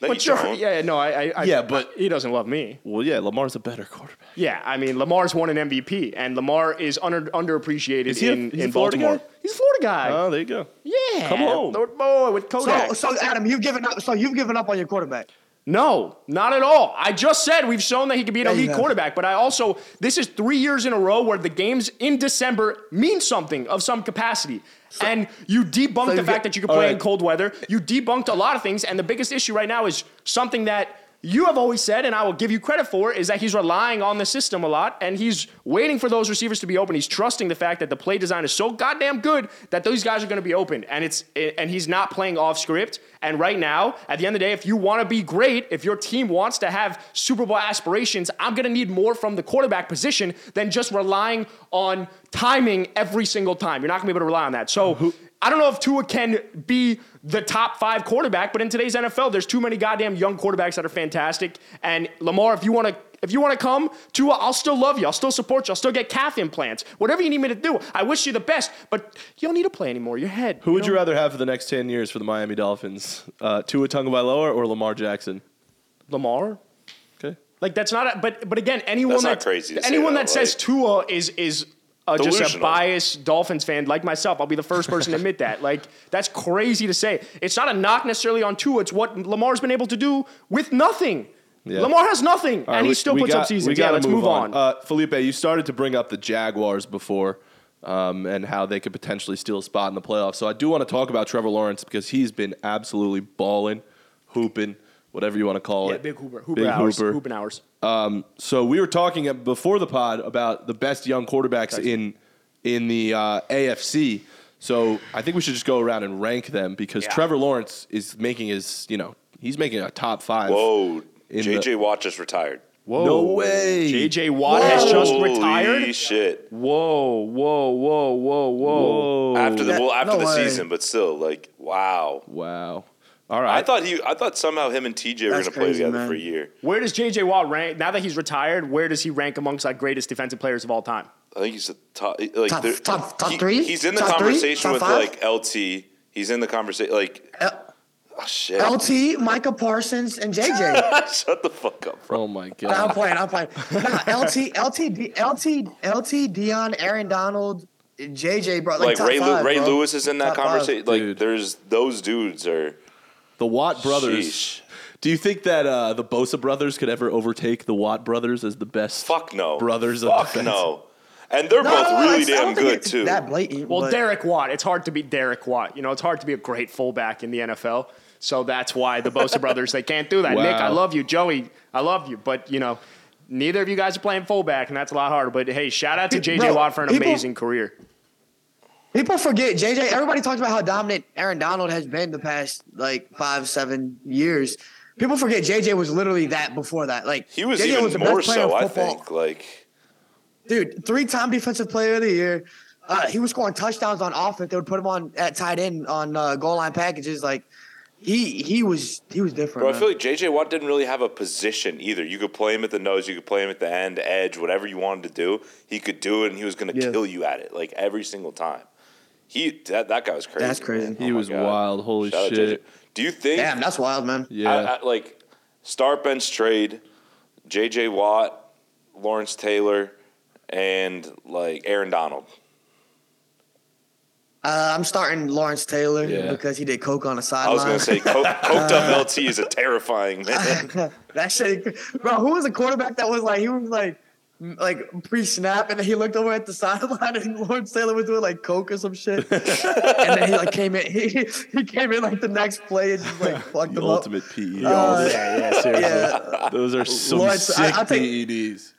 S3: but
S1: you
S3: you're,
S1: don't.
S3: yeah, no, I, I, I-
S2: Yeah, but-
S3: he doesn't love me.
S2: Well, yeah, Lamar's a better quarterback.
S3: Yeah, I mean, Lamar's won an MVP, and Lamar is under underappreciated
S2: Is he a-
S3: in,
S2: he's a
S3: in
S2: Florida
S3: Baltimore.
S2: guy?
S3: He's a Florida guy.
S2: Oh, there you go.
S3: yeah,
S2: come home.
S3: Lord, boy, with Kodak.
S4: So, so Adam, you've given up. So you've given up on your quarterback.
S3: No, not at all. I just said we've shown that he could be an
S4: Yeah, you
S3: elite
S4: have.
S3: quarterback, but I also, this is three years in a row where the games in December mean something of some capacity. and you debunked the
S4: you've
S3: fact
S4: got-
S3: that you could
S2: all
S3: play in
S2: right.
S3: cold weather. You debunked a lot of things. And the biggest issue right now is something that you have always said, and I will give you credit for, is that he's relying on the system a lot and he's waiting for those receivers to be open. He's trusting the fact that the play design is so goddamn good that those guys are going to be open. And it's and he's not playing off script. And right now, at the end of the day, if you want to be great, if your team wants to have Super Bowl aspirations, I'm going to need more from the quarterback position than just relying on timing every single time. You're not going to be able to rely on that. So I don't know if Tua can be the top five quarterback, but in today's NFL, there's too many goddamn young quarterbacks that are fantastic. And Lamar, if you want to, if you want to come, Tua, I'll still love you. I'll still support you. I'll still get calf implants. Whatever you need me to do, I wish you the best. But you don't need to play anymore. Your head.
S2: Who would you rather have for the next 10 years for the Miami Dolphins? Uh, Tua Tagovailoa or Lamar Jackson?
S3: Lamar?
S2: Okay.
S3: Like that's not. A, but but again, anyone
S1: That's not
S3: that
S1: crazy to say
S3: anyone
S1: that,
S3: that says
S1: like-
S3: Tua is is uh, just a
S1: Delusional.
S3: biased Dolphins fan like myself. I'll be the first person to admit that. Like that's crazy to say. It's not a knock necessarily on Tua. It's what Lamar's been able to do with nothing.
S2: Yeah.
S3: Lamar has nothing,
S2: All right,
S3: and he
S2: we-
S3: still
S2: we
S3: puts
S2: got-
S3: up
S2: we
S3: seasons. Yeah,
S2: gotta
S3: let's move on.
S2: Uh, Felipe, you started to bring up the Jaguars before um, and how they could potentially steal a spot in the playoffs. So I do want to talk about Trevor Lawrence because he's been absolutely balling, hooping, whatever you want to call
S3: yeah,
S2: it.
S3: big Hooper, Hooper
S2: Big
S3: hours,
S2: Hooper.
S3: Hooping hours.
S2: So we were talking uh, before the pod about the best young quarterbacks in in the uh, AFC. So I think we should just go around and rank them because
S3: Yeah.
S2: Trevor Lawrence is making his, you know, he's making a top five.
S1: Whoa.
S2: In
S1: JJ Watt just retired.
S2: Whoa. No way.
S3: JJ Watt has just
S1: Holy
S3: retired.
S1: shit.
S3: Whoa, whoa, whoa, whoa, whoa.
S2: Whoa.
S1: After the
S4: Yeah,
S1: well, after
S4: no
S1: the
S4: way.
S1: season, but still, like, wow.
S2: Wow. All right.
S1: I thought he. I thought somehow him and TJ were
S4: That's
S1: gonna play
S4: crazy,
S1: together
S4: man.
S1: for a year.
S3: Where does JJ Watt rank now that he's retired? Where does he rank amongst like greatest defensive players of all time?
S1: I think he's the top. Like
S4: Top-
S1: they're-
S4: top- top
S1: he-
S4: three?
S1: He's in the
S4: Top three?
S1: conversation
S4: Top
S1: with
S4: five?
S1: like LT. He's in the conversation like.
S4: L-
S1: oh, shit.
S4: LT, Micah Parsons, and JJ.
S1: Shut the fuck up, bro.
S2: Oh my
S4: Nah, I'm
S2: god.
S4: playing. I'm playing. Nah, LT, LT, D- LT, LT, Dion, Aaron Donald, JJ, bro. Like,
S1: Like
S4: top
S1: Ray, Lu-
S4: five,
S1: Ray
S4: bro.
S1: Lewis is in that
S4: Top five.
S1: conversation. Like
S2: Dude.
S1: there's those dudes are.
S2: The Watt brothers.
S1: Sheesh.
S2: Do you think that uh, the Bosa brothers could ever overtake the Watt brothers as the best?
S1: Fuck no.
S2: Brothers of
S1: Fuck
S2: defense.
S1: no. And they're
S4: No,
S1: both
S4: no, no,
S1: really
S4: it's- I don't
S1: damn
S4: think
S1: good
S4: it's
S1: too.
S4: That blatant.
S3: Well,
S4: but-
S3: Derek Watt. It's hard to beat Derek Watt. You know, it's hard to be a great fullback in the NFL. So that's why the Bosa brothers they can't do that.
S2: Wow.
S3: Nick, I love you. Joey, I love you. But you know, neither of you guys are playing fullback, and that's a lot harder. But hey, shout out to
S4: Dude,
S3: JJ
S4: bro,
S3: Watt for an
S4: people-
S3: amazing career.
S4: People forget JJ. Everybody talks about how dominant Aaron Donald has been the past like five, seven years. people forget JJ was literally that before that. Like
S1: He was
S4: JJ
S1: even
S4: was the
S1: more
S4: best player
S1: so,
S4: in
S1: I
S4: football.
S1: think. Like
S4: dude, three-time defensive player of the year. Uh, he was scoring touchdowns on offense. They would put him on at tight end on uh, goal line packages. Like he he was he was different.
S1: Bro, I
S4: man.
S1: feel like JJ Watt didn't really have a position either. You could play him at the nose, you could play him at the end, edge, whatever you wanted to do. He could do it, and he was going to
S4: Yeah.
S1: kill you at it, like every single time. He that, that guy was crazy.
S4: That's crazy.
S1: man. Oh
S2: He
S1: my
S2: was
S1: God.
S2: wild. Holy
S1: Shout out
S2: shit.
S1: JJ. Do you think?
S4: Damn, that's wild, man.
S2: Yeah.
S1: I- I- like star bench trade, JJ Watt, Lawrence Taylor, and like Aaron Donald.
S4: Uh, I'm starting Lawrence Taylor
S2: Yeah.
S4: because he did coke on the
S1: I
S4: sideline.
S1: was going to say co- coked up LT is a terrifying man.
S4: that shit, bro. Who was the quarterback that was like he was like m- like pre snap and then he looked over at the sideline and Lawrence Taylor was doing like coke or some shit, and then he like came in. He he came in like the next play and just like fucked
S2: the
S4: him
S2: ultimate PED.
S4: Uh,
S3: yeah, yeah, seriously.
S4: up.
S2: Those are some
S4: Uh, Lawrence, I-
S2: sick E
S4: I'll take-
S2: PEDs.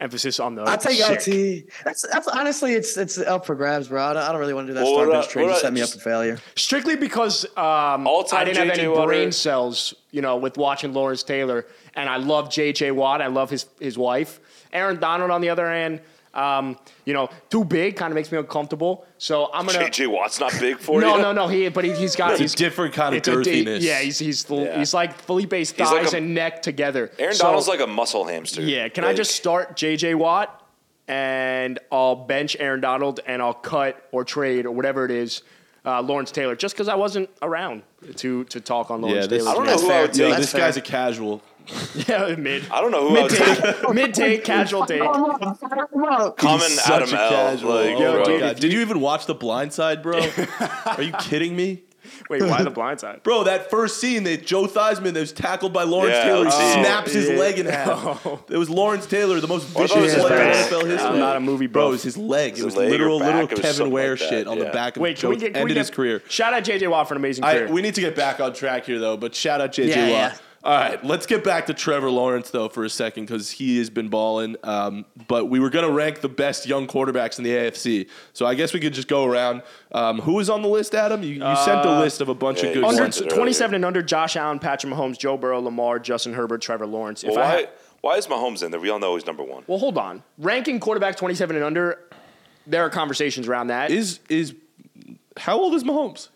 S3: Emphasis on the.
S4: Yeah, I take
S3: sick.
S4: LT. That's that's honestly it's it's up for grabs, bro. I don't, I don't really want to do that.
S1: Well,
S4: Well,
S1: what
S4: Starbucks
S1: about-
S4: trade
S1: what
S4: just
S1: about
S4: set me up
S1: just-
S4: for failure.
S3: Strictly because um,
S1: All-time
S3: I didn't have
S1: J.J.
S3: any
S1: Watt.
S3: brain cells, you know, with watching Lawrence Taylor, and I love J.J. Watt. I love his his wife, Aaron Donald. On the other hand, um, you know, too big kind of makes me uncomfortable. So I'm gonna.
S1: JJ Watt's not big for
S3: no,
S1: you.
S3: no, no. He, but he, he's got.
S2: It's
S3: he's
S2: a different kind of
S3: it's a da-
S2: girthiness.
S3: yeah, he's he's
S1: Yeah.
S3: he's like Felipe's
S1: He's
S3: thighs
S1: like a-
S3: and neck together.
S1: Aaron
S3: So-
S1: Donald's like a muscle hamster.
S3: Yeah, can I
S1: Like,
S3: just start JJ Watt and I'll bench Aaron Donald and I'll cut or trade or whatever it is uh, Lawrence Taylor just because I wasn't around to to talk on Lawrence
S2: Yeah, this-
S3: Taylor.
S1: I don't know
S4: That's
S1: who I
S4: fair.
S1: would
S2: Yo,
S1: take.
S4: That's
S2: this
S4: fair.
S2: guy's a casual.
S3: yeah, mid
S1: I don't know who I
S3: mid
S1: would take.
S3: take, mid take, casual take.
S1: Common
S2: He's such
S1: Adam
S2: a
S1: L.
S2: casual.
S1: Like,
S2: Oh
S3: Yo,
S2: my
S1: bro.
S3: dude,
S2: God. Did you even watch The Blind Side, bro? Are you kidding me?
S3: Wait, why the blind side?
S2: Bro, that first scene that Joe Theismann that was tackled by Lawrence
S1: Yeah,
S2: Taylor, he
S1: oh,
S2: snaps his
S3: yeah.
S2: leg in half. It was Lawrence Taylor, the most
S1: I
S2: vicious
S1: thought it was
S2: player
S1: his
S2: in
S1: back.
S2: NFL history.
S3: I'm not a movie
S2: bro.
S3: buff.
S2: It was his leg. It was
S1: leg or
S2: literal,
S1: back,
S2: literal
S1: it was
S2: Kevin
S1: something
S2: Ware
S1: like that,
S2: shit on the
S1: yeah.
S2: back of
S3: Wait, can
S2: Joe.
S3: we get can we
S2: Ended
S3: get-
S2: his career.
S3: Shout out JJ Watt for an amazing
S2: I,
S3: career.
S2: we need to get back on track here, though. But shout out JJ
S4: Yeah,
S2: Watt.
S4: yeah.
S2: All right, let's get back to Trevor Lawrence though for a second because he has been balling. Um, but we were gonna rank the best young quarterbacks in the AFC, so I guess we could just go around. Um, who is on the list, Adam? You, you sent the list of a bunch
S1: yeah,
S2: of good
S1: you
S3: under
S1: sent
S2: ones.
S1: it. earlier.
S3: 27 and under Josh Allen, Patrick Mahomes, Joe Burrow, Lamar, Justin Herbert, Trevor Lawrence. If
S1: Well,
S3: I
S1: why,
S3: had-
S1: why is Mahomes in there? We all know he's number one.
S3: well, hold on. Ranking quarterback 27 and under, there are conversations around that.
S2: Is is how old is Mahomes?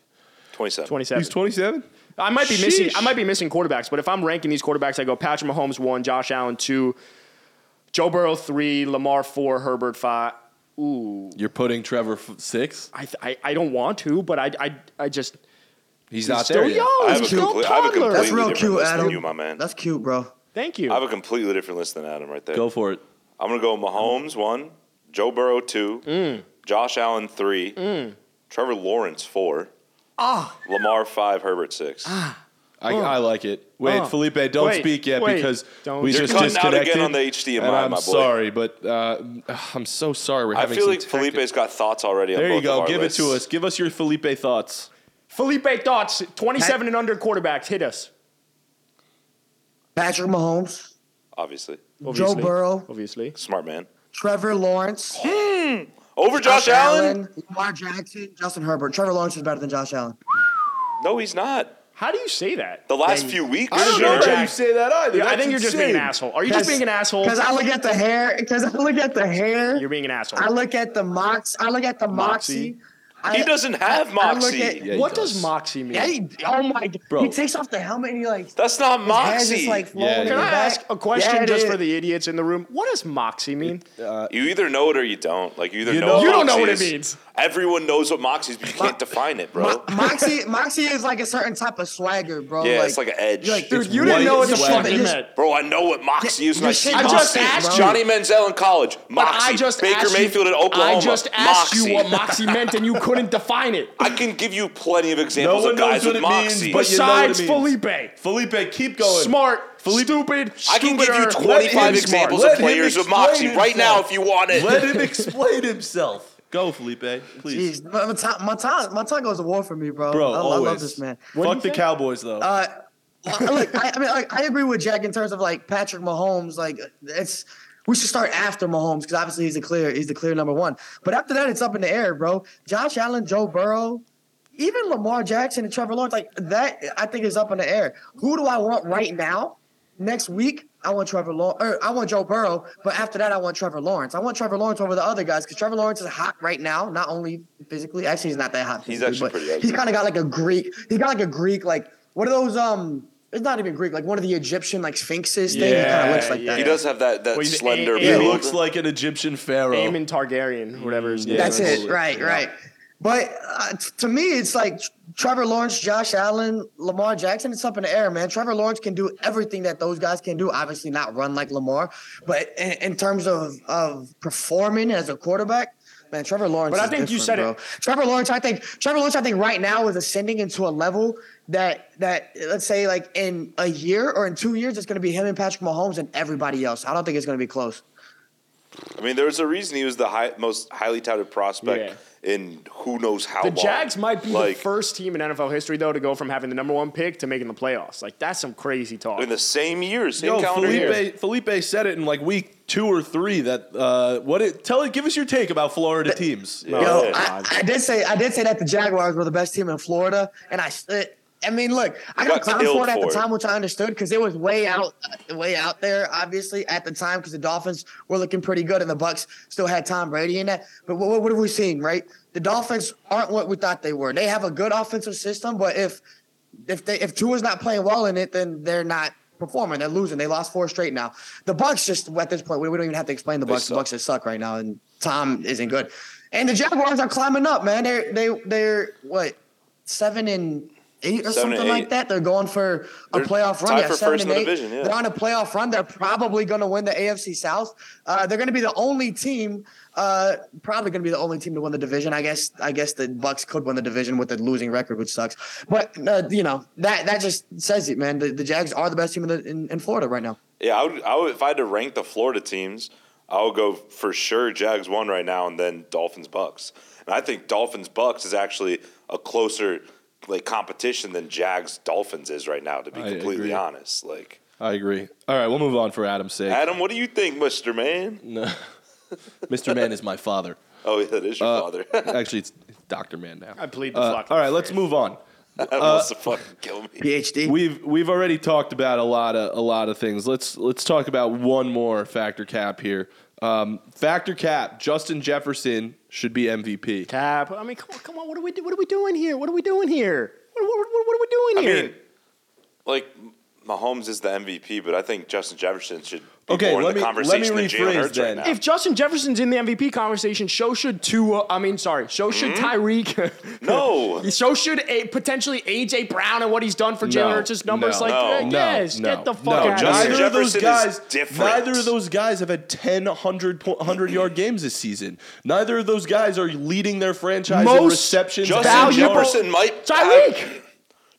S1: 27.
S3: 27.
S2: He's twenty seven.
S3: I might be missing.
S2: Sheesh.
S3: I might be missing quarterbacks, but if I'm ranking these quarterbacks, I go Patrick Mahomes one, Josh Allen two, Joe Burrow three, Lamar four, Herbert five. Ooh,
S2: You're putting Trevor f- six.
S3: I, th- I, I don't want to, but I I, I just
S2: He's not
S3: still
S2: there yet.
S3: young.
S1: I
S3: He's
S1: have, a
S3: still
S1: comple- I have a
S3: toddler.
S1: completely
S4: That's real
S1: different
S4: cute,
S1: list
S4: Adam.
S1: than you, my man.
S4: That's cute, bro.
S3: thank you.
S1: I have a completely different list than Adam right there.
S2: Go for it.
S1: I'm gonna go Mahomes one, Joe Burrow two,
S2: Mm.
S1: Josh Allen three, Trevor Lawrence four,
S2: Ah.
S1: Lamar five, Herbert six.
S2: I, I like it. Oh. Wait,
S3: Uh.
S2: Felipe, don't
S3: Wait,
S2: speak yet
S3: wait.
S2: because
S3: Don't
S2: we
S3: You're
S2: just
S1: cutting out again
S2: disconnected.
S1: on the HDMI,
S2: and I'm
S1: my boy.
S2: sorry, but uh, I'm so sorry. We're
S1: I
S2: having
S1: feel
S2: some
S1: like
S2: technical-
S1: Felipe's got thoughts already. on
S2: There you
S1: both of
S2: go.
S1: our
S2: Give
S1: lists.
S2: it to us. Give us your Felipe thoughts.
S3: Felipe thoughts 27 and under quarterbacks hit us.
S4: Patrick Mahomes,
S1: Obviously,
S3: Obviously.
S4: Burrow.
S3: obviously.
S1: smart man.
S4: Trevor Lawrence,
S1: Over Josh Allen?
S4: Lamar Jackson, Justin Herbert. Trevor Lawrence is better than Josh Allen.
S1: No, he's not.
S3: How do you say that?
S1: The last
S3: Dang.
S1: few weeks,
S3: I don't know
S1: sure.
S3: that Jack.
S2: say that either.
S3: Yeah, I
S2: That's
S3: think you're just being an
S2: insane.
S3: asshole. Are you just being an asshole?
S4: Because I look at the hair. Because I look at the hair.
S3: You're being an asshole.
S4: I look at the mox. I look at the
S3: Moxie.
S4: moxie.
S1: He
S4: I-
S1: doesn't have
S4: I look
S1: moxie.
S4: at-
S2: Yeah, he
S3: what does.
S2: does.
S3: Moxie mean?
S4: Yeah, he, oh my!
S2: Bro.
S4: Bro. He takes off the helmet and he like.
S1: That's not
S4: His hair's
S1: moxie.
S4: just, like flowing
S2: Yeah,
S4: in
S2: yeah.
S3: Can
S4: the
S3: I
S4: back.
S3: ask a question
S4: Yeah, it
S3: just
S4: is.
S3: for the idiots in the room? What does Moxie mean?
S1: you either know it or you don't. Like you either
S2: You
S1: know,
S2: know-
S1: what
S2: You
S3: don't know
S1: moxie
S3: what it
S1: is.
S3: means.
S1: Everyone knows what moxie is, but you can't define it, bro.
S4: Mo- moxie, moxie is like a certain type of swagger, bro.
S1: Yeah, it's like an edge.
S4: you're like,
S1: It's
S4: dude, you
S2: white
S4: didn't know what the
S2: swagger.
S4: fuck
S2: You
S4: it is.
S3: meant.
S1: Bro, I know what moxie is. and
S4: you
S1: I see
S4: should- I
S1: moxie.
S4: just asked you.
S1: Johnny Manziel in college.
S3: But
S1: Moxie.
S3: I just
S1: Baker
S3: asked
S1: Mayfield
S3: you,
S1: at Oklahoma.
S3: I just asked
S1: moxie.
S3: you what Moxie meant, and you couldn't define it.
S1: I can give you plenty of examples
S2: one
S1: of guys
S2: knows
S1: with
S2: what it means,
S1: moxie.
S2: but you know what it
S3: Besides
S2: means.
S3: Felipe,
S2: Felipe, keep going.
S3: smart,
S2: Felipe-
S3: stupid,
S1: I can give you
S3: stupider,
S1: 25
S3: and smart.
S1: examples
S2: Let
S1: of
S2: him
S1: players with
S2: explain
S1: moxie right now
S2: himself.
S1: if you want it.
S2: Let him explain himself. Go, Felipe, please.
S4: Jeez, my, my tongue, my tongue, my tongue goes to war for me, bro.
S2: Bro,
S4: I, I
S2: always.
S4: love this man.
S3: do you
S2: Fuck the
S3: think?
S2: Cowboys, though.
S4: Uh, like, I, I mean, like, I agree with Jack in terms of like Patrick Mahomes. Like, it's we should start after Mahomes because obviously he's a clear, he's the clear number one. But after that, it's up in the air, bro. Josh Allen, Joe Burrow, even Lamar Jackson and Trevor Lawrence, like that, I think is up in the air. Who do I want right now? Next week, I want Trevor Lawrence, or I want Joe Burrow, but after that, I want Trevor Lawrence. I want Trevor Lawrence over the other guys because Trevor Lawrence is hot right now, not only physically. Actually, he's not that hot.
S1: He's
S4: physically,
S1: actually
S4: but
S1: pretty ugly.
S4: He's kind of got like a Greek. He's got like a Greek, like what are those? Um, it's not even Greek, like one of the Egyptian like sphinxes thing. he kind
S3: Yeah,
S4: of looks like that.
S1: He does have that that
S3: Well, he's a-
S1: slender.
S3: a-
S2: He
S3: Yeah.
S1: build.
S2: looks like an Egyptian pharaoh.
S3: Aemon Targaryen, whatever his name.
S4: That's
S3: is.
S4: it. Right, right. But uh, t- to me, it's like Trevor Lawrence, Josh Allen, Lamar Jackson. It's up in the air, man. Trevor Lawrence can do everything that those guys can do. Obviously, not run like Lamar, but in, in terms of of performing as a quarterback, man, Trevor Lawrence.
S3: But I
S4: is
S3: think you
S4: different,
S3: said
S4: bro.
S3: it.
S4: Trevor Lawrence, I think Trevor Lawrence, I think right now is ascending into a level that that let's say like in a year or in two years, it's going to be him and Patrick Mahomes and everybody else. I don't think it's going to be close.
S1: I mean, there's a reason he was the high, most highly touted prospect in who knows how
S3: The
S1: long.
S3: Jags might be
S1: like,
S3: the first team in NFL history, though, to go from having the number one pick to making the playoffs. Like, that's some crazy talk.
S1: in the same year, same
S2: Yo,
S1: calendar
S2: Felipe
S1: year.
S2: Felipe said it in like week two or three that uh, what it tell it give us your take about Florida teams.
S1: Yeah.
S4: Yo,
S1: yeah.
S4: I, I did say I did say that the Jaguars were the best team in Florida, and I. s- uh, I mean, look, I
S1: Got
S4: got clown
S1: killed
S4: for it at the
S1: for it.
S4: time, which I understood because it was way out, uh, way out there. Obviously, at the time, because the Dolphins were looking pretty good, and the Bucks still had Tom Brady in that. But what, what have we seen, right? The Dolphins aren't what we thought they were. They have a good offensive system, but if if they if Tua's not playing well in it, then they're not performing. They're losing. They lost four straight now. The Bucks just at this point, we, we don't even have to explain the Bucks. The
S1: suck.
S4: Bucks just suck right now, and Tom isn't good. And the Jaguars are climbing up, man. They're they they're what seven and eight or
S1: Seven and
S4: something like
S1: eight.
S4: that. They're going for a
S1: They're
S4: playoff run.
S1: tied
S4: Yeah,
S1: for
S4: seven
S1: first
S4: and
S1: in the
S4: eight.
S1: division, yeah.
S4: They're on a playoff run. They're probably going to win the AFC South. Uh, they're going to be the only team, uh, probably going to be the only team to win the division. I guess. I guess the Bucks could win the division with a losing record, which sucks. But uh, you know that that just says it, man. The, the Jags are the best team in, the, in in Florida right now.
S1: Yeah, I would, I would. If I had to rank the Florida teams, I would go for sure Jags one right now, and then Dolphins Bucks. And I think Dolphins Bucks is actually a closer like competition than Jags Dolphins is right now. To be
S2: I
S1: completely
S2: agree.
S1: honest, like
S2: I agree. All right, we'll move on for Adam's sake.
S1: Adam, what do you think, Mister Man?
S2: No. Mr. Man is my father.
S1: Oh, yeah, that is your
S2: Uh,
S1: father.
S2: Actually, it's Dr. Man now.
S3: I plead the
S2: Uh,
S3: fuck.
S2: all right, let's move on.
S1: Adam wants to fucking kill me.
S4: PhD.
S2: We've we've already talked about a lot of a lot of things. Let's let's talk about one more factor cap here. Um, factor cap. Justin Jefferson should be MVP.
S3: Cap. I mean, come on, come on. What are we do? What are we doing here? What are we doing here? What, what, what, what are we doing
S1: I
S3: here?
S1: mean, like Mahomes is the MVP, but I think Justin Jefferson should be
S2: Okay,
S1: more in
S2: let
S1: the
S2: me- let me
S1: conversation than Jalen
S2: rephrase
S1: Hurts right
S2: then.
S1: now.
S3: if Justin Jefferson's in the MVP conversation, so should Tua. I mean, sorry, so should
S1: Hmm?
S3: Tyreek.
S1: no,
S3: So should a, potentially AJ Brown and what he's done for Jalen
S2: No,
S3: Hurts' numbers.
S2: no,
S3: like,
S1: no,
S3: eh,
S2: No,
S3: yes,
S2: no,
S3: get the fuck
S2: no.
S3: out of
S1: Justin
S2: Neither
S3: here.
S2: of those
S1: Jefferson
S2: guys.
S1: is different.
S2: Neither of those guys have had 10, 100, po- 100 yard games this season. Neither of those guys are leading their franchise in
S3: Most
S2: receptions.
S1: Justin
S2: and
S3: valuable-
S2: yards.
S1: Jefferson might have-
S3: Tyreek,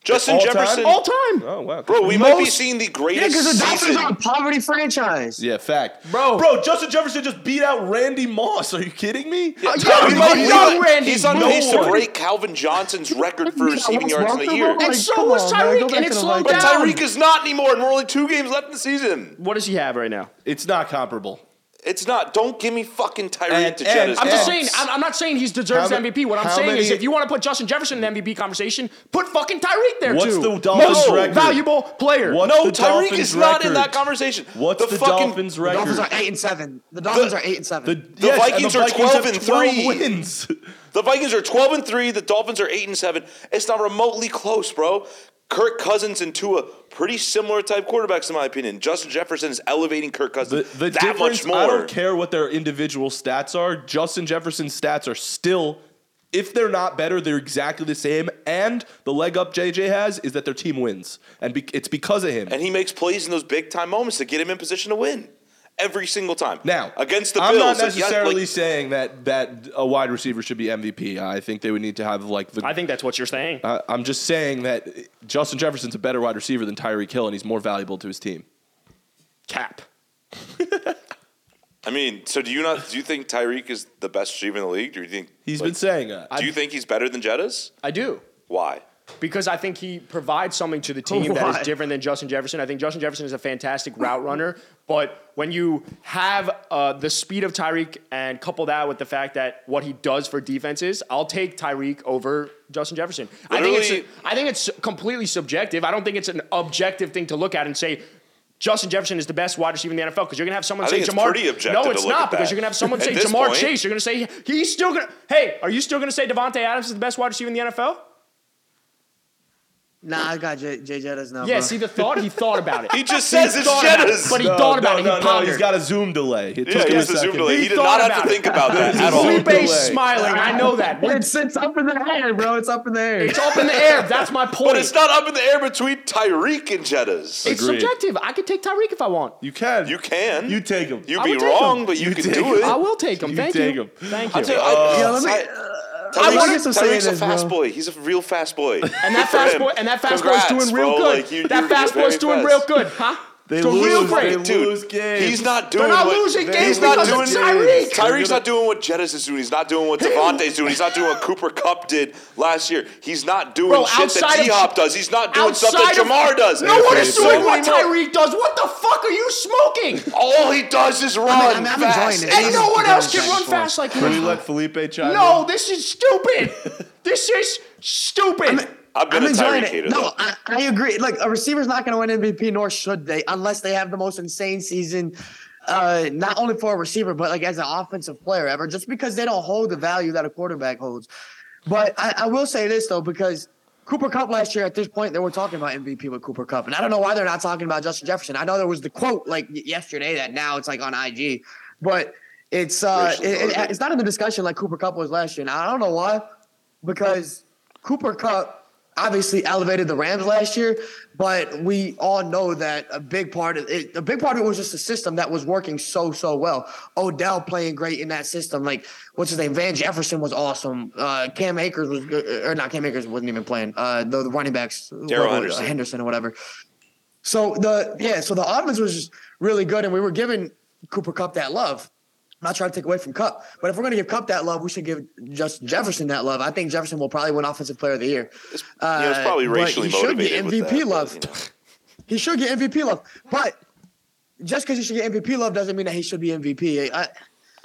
S1: Justin
S2: All time?
S1: Jefferson,
S3: all time.
S2: Oh wow,
S1: bro, we might be
S3: Most-
S1: seeing the
S4: yeah,
S1: greatest
S4: because the Dolphins
S1: season.
S4: are a poverty franchise.
S2: Yeah, fact.
S3: Bro.
S2: Bro, Justin Jefferson just beat out Randy Moss. Are you kidding me?
S1: Bro,
S3: Yeah, we
S1: he
S3: might
S1: might-
S3: be
S1: he might-
S3: young Randy.
S1: He's on
S3: No
S1: pace to
S3: one.
S1: break Calvin Johnson's record for
S4: Yeah,
S1: receiving
S4: Wentz
S1: yards in a year.
S4: Welker,
S3: And
S4: Like,
S3: so
S4: come
S3: was
S4: on, man,
S3: Tyreek,
S4: go back
S3: and it
S4: to the
S3: slowed
S4: Vikings.
S1: But
S3: down.
S1: Tyreek is not anymore, and we're only two games left in the season.
S3: What does he have right now?
S2: It's not comparable.
S1: It's not. Don't give me fucking Tyreek
S2: And-
S1: to
S2: and-
S1: Jettis.
S3: I'm just
S2: Yeah.
S3: saying. I'm, I'm not saying he deserves
S2: How ma-
S3: MVP. What I'm
S2: how
S3: saying is,
S2: many-
S3: if you want to put Justin Jefferson in the MVP conversation, put fucking Tyreek there
S2: What's
S3: too.
S2: the Dolphins'
S3: Most
S2: record?
S3: valuable player.
S2: What-
S1: no,
S2: the
S1: Tyreek
S2: Dolphins'
S1: is not in that
S2: record?
S1: conversation.
S2: What's the,
S1: fucking,
S2: Dolphins
S4: The
S2: record?
S4: Dolphins are eight and seven. The Dolphins are eight and seven.
S1: The
S2: and
S1: Vikings are 12
S2: have
S1: and three.
S2: wins.
S1: The Vikings are 12 and 3. The Dolphins are 8 and 7. It's not remotely close, bro. Kirk Cousins and Tua, pretty similar type quarterbacks, in my opinion. Justin Jefferson is elevating Kirk
S2: The,
S1: Cousins
S2: the
S1: that
S2: difference,
S1: much more.
S2: I don't care what their individual stats are. Justin Jefferson's stats are still, if they're not better, they're exactly the same. And the leg up JJ has is that their team wins. And be, it's because of him.
S1: And he makes plays in those big time moments to get him in position to win every single time.
S2: Now,
S1: against the
S2: I'm
S1: Bills,
S2: not
S1: like, yeah,
S2: necessarily
S1: like,
S2: saying that that a wide receiver should be MVP. I think they would need to have like the.
S3: I think that's what you're saying.
S2: I- I'm just saying that Justin Jefferson's a better wide receiver than Tyreek Hill, and he's more valuable to his team.
S3: Cap.
S1: I mean, so do you not? Do you think Tyreek is the best receiver in the league? Do you think
S2: He's
S1: like,
S2: been saying that.
S1: Do you think he's better than Jettas?
S3: I do.
S1: Why?
S3: because I think he provides something to the team that
S4: Why?
S3: is different than Justin Jefferson. I think Justin Jefferson is a fantastic route runner, but when you have uh, the speed of Tyreek and couple that with the fact that what he does for defenses, I'll take Tyreek over Justin Jefferson. I think
S1: Literally-
S3: it's I think it's completely subjective. I don't think it's an objective thing to look at and say. Justin Jefferson is the best wide receiver in the NFL because you're gonna have someone
S1: I
S3: say
S1: think it's
S3: Jamar.
S1: pretty objective
S3: no,
S1: to
S3: it's
S1: look
S3: not
S1: at
S3: because
S1: that.
S3: you're gonna have someone
S1: At
S3: say
S1: this
S3: Jamar
S1: point-
S3: Chase. You're gonna say he's still gonna. Hey, are you still gonna say Devonte Adams is the best wide receiver in the NFL?
S4: Nah, I got J- JJ does now.
S3: Yeah,
S4: bro.
S3: see the thought he thought about it.
S1: He just says it's
S3: thought about it,
S1: Jettas.
S3: But he thought about it. He pondered.
S2: he's got a Zoom delay. It
S1: yeah,
S2: took
S1: he
S2: him a
S1: has the
S2: second.
S1: Zoom delay. He did
S3: thought
S1: not have
S3: about
S1: to
S3: it.
S1: think about that at all.
S2: Zoom delay.
S3: Felipe's smiling. I know that. We're-
S4: It's, it's up in the air, bro. It's up in the air.
S3: It's up in the air. That's my point.
S1: But it's not up in the air between Tyreek and Jettas.
S3: It's
S2: Agreed.
S3: subjective. I could take Tyreek if I want.
S2: You can.
S1: You can.
S2: You take him.
S1: You'd
S3: I
S1: be
S3: would take
S1: wrong,
S3: him.
S1: but you,
S2: You
S1: can
S2: take
S1: do
S2: him.
S1: it.
S3: I will take him.
S2: You
S3: Thank
S2: take
S3: you.
S2: him.
S3: Thank
S1: I'll
S3: you.
S1: tell you, I,
S4: Yo, let me-
S1: Ty-
S4: I
S1: Tyreek's-
S4: wanted to say
S1: Tyreek's a
S4: this,
S1: fast
S4: bro.
S1: boy. He's a real fast boy.
S3: uh, And that fast boy. And that fast boy's doing real good. that fast boy's doing real good, huh?
S2: They
S3: doing
S2: lose.
S3: real
S2: They
S3: great.
S2: lose.
S1: Dude,
S2: games.
S1: he's not doing.
S3: They're not
S1: what,
S3: losing games
S1: He's not
S3: because
S1: doing.
S3: of Tyreek.
S1: Tyreek's not doing what Jettis is doing. He's not doing what Devontae's doing. He's not doing what Cooper Cup did last year. He's not doing
S3: Bro,
S1: shit
S3: outside
S1: that
S3: of-
S1: D Hop does. He's not doing stuff that
S3: Outside of-
S1: Jamar does.
S3: No one is
S2: so
S3: doing what
S1: many more-
S3: Tyreek does. What the fuck are you smoking?
S1: All he does is run
S4: I'm enjoying
S1: fast.
S4: it.
S1: And
S3: And
S1: he's-
S3: no one
S4: Yeah,
S3: else can
S4: back
S3: run
S4: and forth.
S3: fast like
S2: Can we
S3: him.
S2: let Felipe chime
S3: No,
S2: in?
S3: this is stupid. this is stupid.
S1: I've been
S4: I'm
S1: a
S4: enjoying
S1: Tyreek
S4: it.
S1: hater.
S4: No,
S1: though.
S4: I, I agree. Like a receiver's not going to win MVP, nor should they, unless they have the most insane season. Uh, not only for a receiver, but like as an offensive player ever, just because they don't hold the value that a quarterback holds. But I, I will say this though, because Cooper Cup last year at this point they were talking about MVP with Cooper Cup, and I don't know why they're not talking about Justin Jefferson. I know there was the quote like y- yesterday that now it's like on IG, but it's uh,
S1: Racially
S4: it, it,
S1: motivated.
S4: it's not in the discussion like Cooper Cup was last year. And I don't know why, because Cooper Cup obviously elevated the Rams last year, but we all know that a big part of it, a big part of it was just the system that was working so so well. Odell playing great in that system. Like what's his name? Van Jefferson was awesome. Uh, Cam Akers was good, or not? Cam Akers wasn't even playing. Uh, the, the running backs, whoever- uh,
S1: Henderson.
S4: Henderson or whatever. So the yeah, so the offense was just really good, and we were giving Cooper Cup that love. I'm not trying to take away from Cup, but if we're going to give Cup that love, we should give Justin Jefferson that love. I think Jefferson will probably win Offensive Player of the Year.
S1: It's, yeah, it's
S4: Uh,
S1: probably
S4: but
S1: racially
S4: he should
S1: motivated.
S4: get
S1: with
S4: MVP
S1: that, but,
S4: love.
S1: you know.
S4: He should get MVP love, but just because he should get MVP love doesn't mean that he should be MVP. I,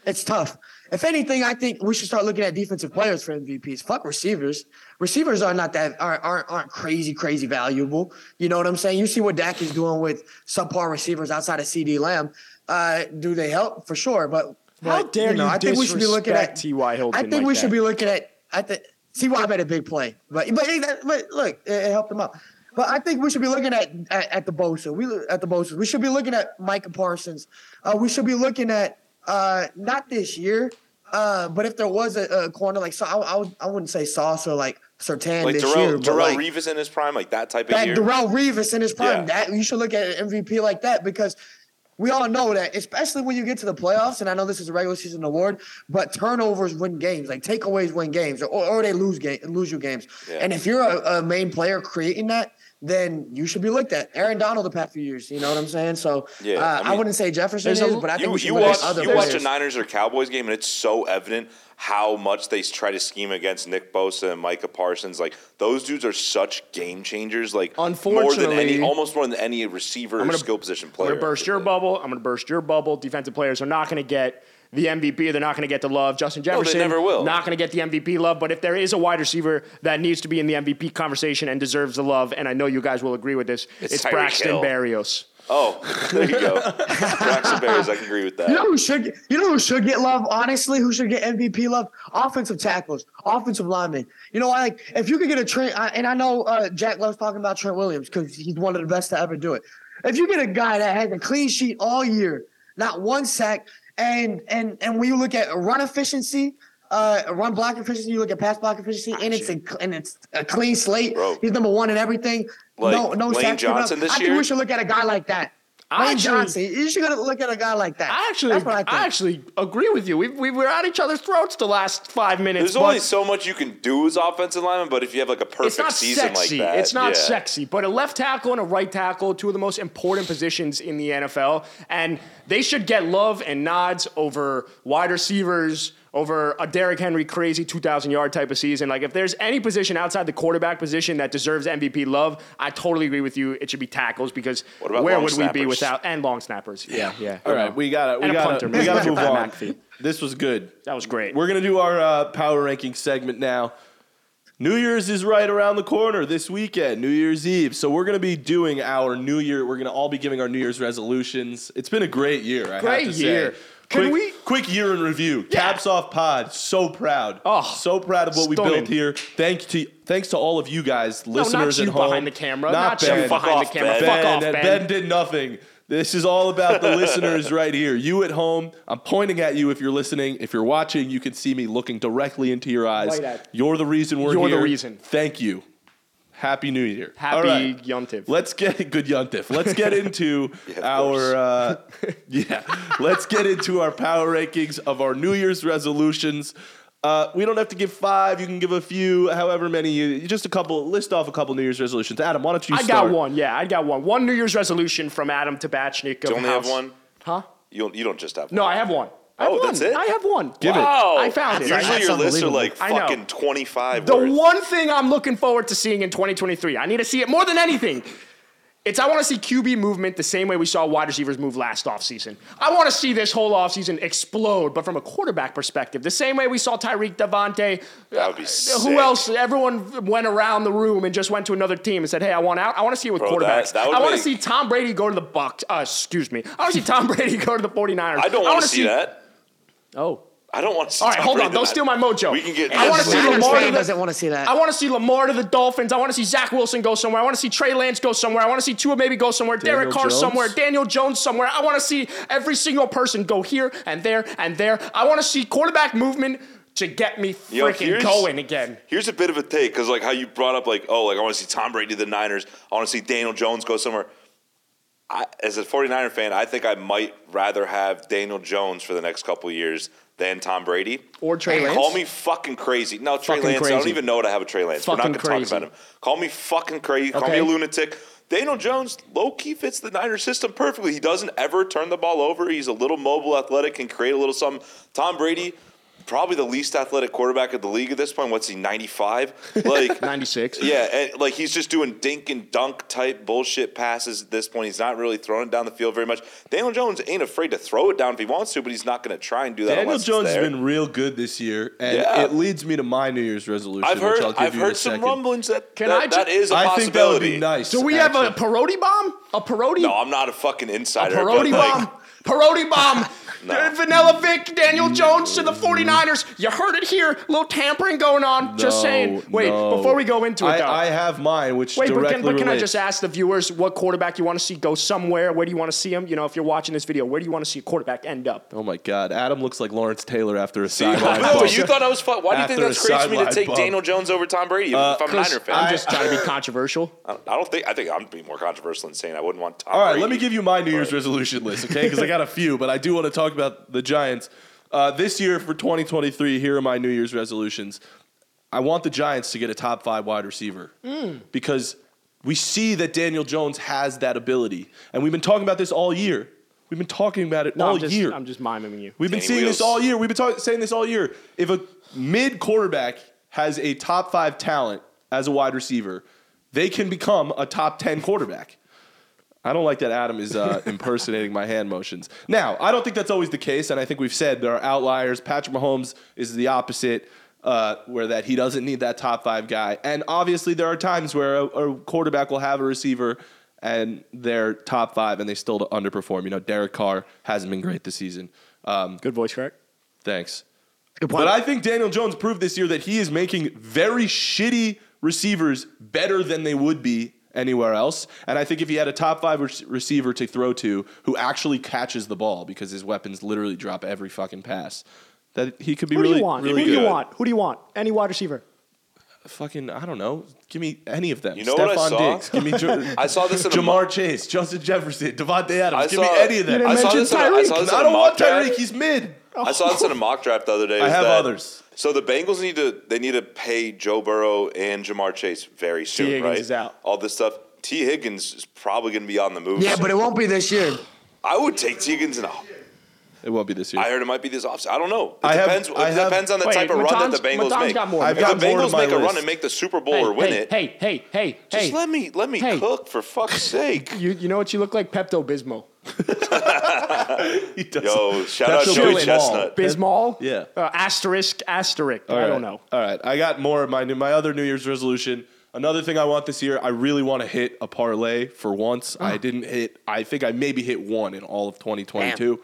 S4: it's tough. If anything, I think we should start looking at defensive players for MVPs. Fuck receivers. Receivers are not that aren't aren't, aren't crazy crazy valuable. You know what I'm saying? You see what Dak is doing with subpar receivers outside of CD Lamb. Uh, do they help for sure? But,
S3: How
S4: but,
S3: dare you
S4: know, I think we should be looking at
S3: disrespect T.Y. Hilton
S4: I think
S3: like
S4: we
S3: that.
S4: should be looking at. I think T.Y. made a big play, but but, but look, it, it helped him out. But I think we should be looking at at, at the Bosa. We at the Bosa. We should be looking at Micah Parsons. Uh, we should be looking at uh, not this year, uh, but if there was a, a corner like so, I, I, would- I wouldn't say Sauce or like Sertan
S1: Like
S4: this
S1: Darrell,
S4: year, but
S1: Darrell
S4: like,
S1: Reeves in his prime, like that type of
S4: that
S1: year.
S4: Darrell Revis in his prime.
S1: Yeah.
S4: That you should look at an MVP like that because we all know that, especially when you get to the playoffs. And I know this is a regular season award, but turnovers win games. Like takeaways win games, or, or they lose game, lose you games.
S1: Yeah.
S4: And if you're a, a main player creating that, then you should be looked at. Aaron Donald the past few years, you know what I'm saying? So
S1: Yeah,
S4: uh,
S1: I
S4: I,
S1: mean,
S4: wouldn't say Jefferson
S3: there's
S4: is,
S3: a-
S4: but I think
S1: you,
S4: we should
S1: you
S4: look
S1: watch
S4: at other
S1: you
S4: players.
S1: watch a Niners or Cowboys game, and it's so evident how much they try to scheme against Nick Bosa and Micah Parsons. Like those dudes are such game changers. Like more than any,
S3: Unfortunately-
S1: almost more than any receiver or skill position
S3: I'm
S1: player.
S3: gonna burst your bubble. I'm gonna burst your bubble. Defensive players are not gonna get the MVP. They're not gonna get the love. Justin
S1: they
S3: Jefferson
S1: never will.
S3: Not gonna get the MVP love. But if there is a wide receiver that needs to be in the MVP conversation and deserves the love, and I know you guys will agree with this,
S1: It's
S3: it's,
S1: Tyreek
S3: Braxton
S1: Hill.
S3: Berrios.
S1: Oh, there you go. Braxton Berries, I can agree with that.
S4: You know who should get, you know who should get love, honestly, who should get MVP love? Offensive tackles, offensive linemen. You know, I like if you could get a Trent, I, and I know uh, Jack loves talking about Trent Williams because he's one of the best to ever do it. If you get a guy that has a clean sheet all year, not one sack, and and and when you look at run efficiency. Uh, run block efficiency. You look at pass block efficiency, and it's a, and it's a clean slate.
S1: Ah, Bro.
S4: He's number one in everything.
S1: Like
S4: no, no
S1: Lane
S4: sacks given up.
S1: Johnson this
S4: I
S1: year?
S4: think we should look at a guy like that.
S3: I
S4: Lane
S3: actually-
S4: Johnson. You should gotta look at a guy like that.
S3: I actually,
S4: That's what I
S3: I,
S4: think.
S3: actually agree with you. We we were at each other's throats the last five minutes.
S1: There's
S3: but
S1: only so much you can do as offensive lineman, but if you have like a perfect
S3: it's not
S1: season
S3: sexy.
S1: like that,
S3: it's not
S1: yeah.
S3: sexy. But a left tackle and a right tackle, two of the most important positions in the NFL, and they should get love and nods over wide receivers, over a Derrick Henry crazy 2,000 yard type of season. Like, if there's any position outside the quarterback position that deserves MVP love, I totally agree with you. It should be tackles because
S1: What about
S3: where
S1: long
S3: would we be
S1: snappers?
S3: without and long snappers? Yeah, yeah.
S2: All right, we got to
S3: And
S2: we
S3: a
S2: got
S3: punter.
S2: to we got to move on.
S3: McAfee.
S2: This was good.
S3: That was great.
S2: We're gonna do our uh, power ranking segment now. New Year's is right around the corner this weekend, New Year's Eve. So we're gonna be doing our New Year. We're gonna all be giving our New Year's resolutions. It's been a great year. I
S3: Great
S2: have to
S3: year.
S2: Say.
S3: Can
S2: quick,
S3: we-
S2: quick year in review? Caps off pod. So proud.
S3: Oh,
S2: so proud of what we
S3: stunning.
S2: built here. Thank to thanks to all of you guys,
S3: not
S2: listeners
S3: you
S2: at home.
S3: behind the camera,
S2: Not,
S3: not you
S2: Ben.
S3: behind
S1: Fuck
S3: the
S1: off, Ben.
S3: camera. Fuck off,
S2: Ben,
S3: Ben.
S2: Ben did nothing. This is all about the listeners right here. You at home, I'm pointing at you if you're listening. If you're watching, you can see me looking directly into your eyes.
S3: Right at-
S2: You're the reason we're
S3: You're
S2: here.
S3: the reason.
S2: Thank you. Happy New Year.
S3: Happy
S2: All right.
S3: Yom Tov.
S2: Let's get good Yuntif. Let's get into
S1: of
S2: our
S1: course.
S2: uh, yeah. Let's get into our power rankings of our New Year's resolutions. Uh, we don't have to give five. You can give a few, however many you. you- Just a couple. List off a couple New Year's resolutions. Adam, why don't you
S3: I
S2: start?
S3: got one. Yeah, I got one. One New Year's resolution from Adam Tabachnik.
S1: Do you only have one?
S3: Huh?
S1: You don't, you don't just have
S3: No,
S1: one.
S3: I have one. I have
S1: Oh,
S3: one.
S1: that's it?
S3: I have one.
S2: Give it.
S1: Wow.
S3: I found it.
S1: Usually
S4: That's
S1: your lists are
S4: unbelievable.
S1: like
S3: I know.
S1: fucking 25
S3: The
S1: words.
S3: one thing I'm looking forward to seeing in 2023, I need to see it more than anything. It's I want to see QB movement the same way we saw wide receivers move last offseason. I want to see this whole offseason explode, but from a quarterback perspective, the same way we saw Tyreek Devontae. uh,
S1: That would be sick.
S3: Who else? Everyone went around the room and just went to another team and said, "Hey, I want out. I want to see it with
S1: Bro, that-
S3: quarterbacks.
S1: that would
S3: I want to
S1: make-
S3: see Tom Brady go to the Bucks. Uh, excuse me. I want to see Tom Brady go to the 49ers.
S1: I don't
S3: want to
S1: see, that.
S3: Oh,
S1: I don't want to see
S3: all right.
S1: Tom
S3: Hold
S1: Brady
S3: on. Don't
S1: that.
S3: steal my mojo.
S1: We can get
S3: I want to see
S4: Every Niners
S3: Lamar.
S4: fan
S3: to the-
S4: doesn't want to see that.
S3: I want to see Lamar to the Dolphins. I want to see Zach Wilson go somewhere. I want to see Trey Lance go somewhere. I want to see Tua maybe go somewhere. Derek Carr
S2: Jones?
S3: somewhere. Daniel Jones somewhere. I want to see every single person go here and there and there. I want to see quarterback movement to get me
S1: Yo,
S3: freaking
S1: here's-
S3: going again.
S1: Here's a bit of a take because, like, how you brought up, like, oh, like, I want to see Tom Brady to the Niners. I want to see Daniel Jones go somewhere. I, as a 49er fan, I think I might rather have Daniel Jones for the next couple of years than Tom Brady.
S3: Or Trey Lance.
S1: Call me fucking crazy. No, Trey
S3: Fucking
S1: Lance. I don't
S3: crazy.
S1: even know what I have a Trey Lance. We're
S3: Fucking
S1: not going to
S3: crazy.
S1: talk about him. Call me fucking crazy. Call me
S3: Okay.
S1: a lunatic. Daniel Jones low key fits the Niner system perfectly. He doesn't ever turn the ball over. He's a little mobile, athletic, can create a little something. Tom Brady, probably the least athletic quarterback of the league at this point. What's he, 95? Like
S3: 96.
S1: Yeah, and, like he's just doing dink and dunk type bullshit passes at this point. He's not really throwing it down the field very much. Daniel Jones ain't afraid to throw it down if he wants to, but he's not going to try and do that.
S2: Daniel
S1: unless it's
S2: Jones
S1: there.
S2: has been real good this year, and
S1: Yeah.
S2: it leads me to my New Year's resolution.
S1: I've heard.
S2: which I'll give
S1: I've
S2: you in a
S1: heard some
S2: second.
S1: rumblings that
S3: Can
S1: that-
S3: I ju-
S1: that is a
S2: I think that would
S1: possibility.
S2: be nice.
S3: Do we have a
S2: actually.
S3: parody bomb? A parody?
S1: No, I'm not a fucking
S3: a
S1: insider.
S3: parody
S1: but, like,
S3: bomb? Parody bomb.
S1: No.
S3: Vanilla Vic, Daniel Jones
S2: Mm.
S3: to the 49ers. You heard it here. little tampering going on. Just
S2: No,
S3: saying. Wait,
S2: no.
S3: before we go into it, though.
S2: I, I have mine, which
S3: Wait, but
S2: directly
S3: can, but can I
S2: relates.
S3: just ask the viewers what quarterback you want to see go somewhere? Where do you want to see him? You know, if you're watching this video, where do you want to see a quarterback end up?
S2: Oh my God, Adam looks like Lawrence Taylor after a sideline.
S1: No,
S2: bump.
S1: you thought I was fuck. Why do you think
S2: After
S1: that's
S2: a
S1: crazy for me to
S2: sideline
S1: take
S2: bump. Uh,
S1: Daniel Jones over Tom Brady? if I'm a Niner fan,
S3: I'm
S1: I,
S3: just trying to be controversial.
S1: I don't think. I think I'm being more controversial in saying I wouldn't want Tom.
S2: All right,
S1: Brady.
S2: let me give you my New Year's resolution list, okay? Because I got a few, but I do want to talk about the Giants. Uh, this year for 2023, here are my New Year's resolutions. I want the Giants to get a top five wide receiver
S3: Mm.
S2: because we see that Daniel Jones has that ability. And we've been talking about this all year. We've been talking about it
S3: No,
S2: all
S3: I'm just,
S2: year.
S3: I'm just miming you.
S2: We've been
S1: Danny
S2: seeing
S1: Wheels.
S2: this all year. We've been talk- saying this all year. If a mid quarterback has a top five talent as a wide receiver, they can become a top 10 quarterback. I don't like that Adam is uh, impersonating my hand motions. Now, I don't think that's always the case, and I think we've said there are outliers. Patrick Mahomes is the opposite, uh, where that he doesn't need that top five guy. And obviously, there are times where a, a quarterback will have a receiver and they're top five and they still underperform. You know, Derek Carr hasn't been great this season. Um,
S3: Good voice crack.
S2: thanks.
S4: Good point.
S2: But I think Daniel Jones proved this year that he is making very shitty receivers better than they would be anywhere else. And I think if he had a top five rec- receiver to throw to who actually catches the ball because his weapons literally drop every fucking pass, that he could be
S3: Who
S2: really,
S3: do you want?
S2: really
S3: Who do you
S2: good.
S3: want? Who do you want? Any wide receiver?
S2: Fucking, I don't know. Give me any of them.
S1: You know what I
S2: Stephon
S1: saw?
S2: Diggs. Give me Jer-
S1: I saw this in a
S2: Jamar Chase, Justin Jefferson, Devontae Adams.
S1: I
S2: Give
S1: saw-
S2: me any of them.
S1: You didn't
S2: I saw
S1: mention
S2: this in a- I saw
S1: Tyreek.
S2: this
S1: I
S2: in a
S1: don't
S2: mock
S1: want
S2: draft.
S1: Tyreek.
S2: He's mid.
S1: I saw this in a mock draft the other day.
S2: I
S1: is
S2: have
S1: that-
S2: others.
S1: So the Bengals need to they need to pay Joe Burrow and Jamar Chase very soon,
S3: Higgins
S1: right?
S3: is out.
S1: All this stuff. T. Higgins is probably going to be on the move.
S4: yeah,
S1: soon.
S4: but it won't be this year.
S1: I would take T. Higgins in a.
S2: It won't be this year.
S1: I heard it might be this offseason. I don't know. It
S2: I have-
S1: depends.
S2: I
S1: it
S2: have-
S1: depends on the
S3: Wait,
S1: type of run
S3: Matan's-
S1: that the Bengals
S3: Matan's
S1: make.
S3: got more.
S2: I've
S1: if
S2: got
S1: the
S2: more
S1: Bengals
S2: on my
S1: make a run
S2: list.
S1: and make the Super Bowl
S3: hey,
S1: or win
S3: hey,
S1: it,
S3: Hey, hey, hey,
S1: just
S3: hey.
S1: let me let me
S3: Hey.
S1: cook for fuck's sake.
S3: you, you know what you look like? Pepto Bismol.
S2: He doesn't-
S1: Yo, shout
S2: That's
S1: out
S2: a
S1: Joey
S2: big
S1: Chestnut.
S3: Bismol?
S2: Yeah.
S3: Uh, asterisk, asterisk.
S2: All
S3: I
S2: right.
S3: don't know.
S2: All right, I got more. of My new, my other New Year's resolution. Another thing I want this year, I really want to hit a parlay for once.
S3: Ah.
S2: I didn't hit. I think I maybe hit one in all of 2022.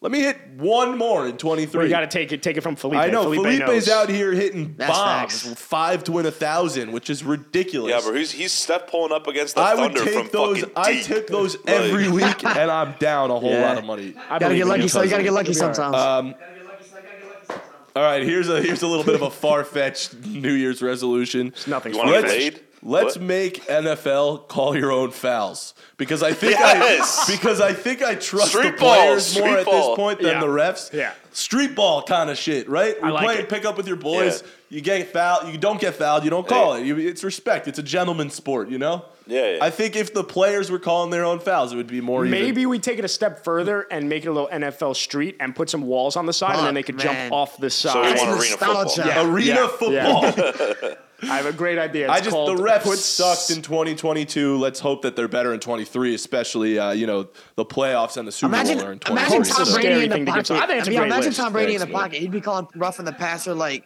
S2: Let me hit one more in 23.
S3: Well, you got to take it, take it from Felipe.
S2: I know
S3: Felipe
S2: Felipe's
S3: knows.
S2: out here hitting
S4: That's
S2: bombs,
S4: facts.
S2: five to win a thousand, which is ridiculous.
S1: Yeah, but he's he's Steph pulling up against the
S2: I would
S1: Thunder from
S2: take those.
S1: fucking
S2: I
S1: deep.
S2: take those
S1: Like,
S2: every week, and I'm down a whole
S4: Yeah.
S2: lot of money.
S3: I
S4: gotta
S3: believe
S4: get
S3: in
S4: lucky.
S3: you.
S4: So you gotta get lucky
S3: You'll be all right.
S4: sometimes.
S2: All right, here's a here's a little bit of a far fetched New Year's resolution.
S3: nothing
S1: You
S3: far
S1: want to
S2: Let's,
S1: fade?
S2: let's
S1: What?
S2: make NFL call your own fouls because I think
S1: Yes!
S2: I because I think I trust
S1: Street
S2: the
S1: ball,
S2: players more
S1: street
S2: at
S1: ball.
S2: this point than
S3: Yeah.
S2: the refs.
S3: Yeah.
S2: street ball kind of shit, right? You're
S3: like
S2: playing
S3: it.
S2: pick up with your boys.
S1: Yeah.
S2: You get fouled. You don't get fouled. You don't call it. You, it's respect. It's a gentleman's sport, you know.
S1: Yeah, yeah.
S2: I think if the players were calling their own fouls, it would be more even.
S3: Maybe we take it a step further and make it a little NFL street and put some walls on the side, and then they could
S4: Fuck, man.
S3: jump off the side.
S1: you
S4: That's
S1: want arena football.
S4: nostalgia.
S1: Yeah.
S2: arena
S3: Yeah.
S2: football.
S3: I have a great idea. It's
S2: I just
S3: called
S2: the refs
S3: Put
S2: sucked in 2022. Let's hope that they're better in 23, especially uh, you know the playoffs and the Super
S4: Imagine,
S2: Bowl are in 23.
S4: imagine
S3: It's a
S4: Tom
S3: scary
S4: Brady
S3: thing
S4: in the
S3: to give
S4: pocket.
S3: some- I think it's a
S4: mean,
S3: great
S4: imagine
S3: list.
S4: Tom Brady in
S1: Thanks,
S4: the
S1: man.
S4: pocket. He'd be calling roughing the passer like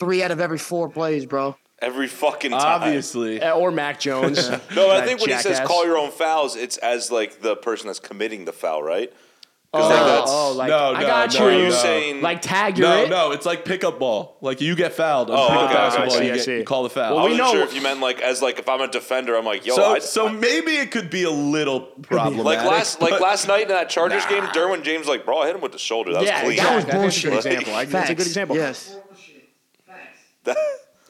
S4: three out of every four plays, bro.
S1: Every fucking time.
S2: Obviously,
S3: Uh, or Mac Jones.
S1: No, I
S3: That
S1: think when he says
S3: jackass.
S1: call your own fouls, it's as like the person that's committing the foul, right?
S3: oh,
S1: Because like that's
S3: oh, like
S2: No,
S3: I
S2: no,
S3: got
S2: no,
S3: you.
S1: you
S2: no.
S1: saying
S3: Like tag your
S2: no,
S3: it.
S2: no, it's like pickup ball. Like you get fouled on
S1: Oh,
S2: pickup
S1: okay, okay,
S2: basketball,
S1: I
S2: you,
S3: see, I
S2: get,
S3: see.
S2: you call the foul.
S1: I
S3: Well, we
S1: wasn't
S3: know-
S1: sure if you meant like as like if I'm a defender, I'm like, yo,
S2: so,
S1: I,
S2: so maybe it could be a little problematic.
S1: like last like
S2: but-
S1: last night in that Chargers game, Derwin James like, bro, I hit him with the shoulder. That
S3: Yeah,
S1: was clean.
S4: That was
S3: exactly. I think it's a good
S4: bullshit.
S3: example. I think that's a good
S4: Facts.
S3: example.
S4: Yes.
S1: that,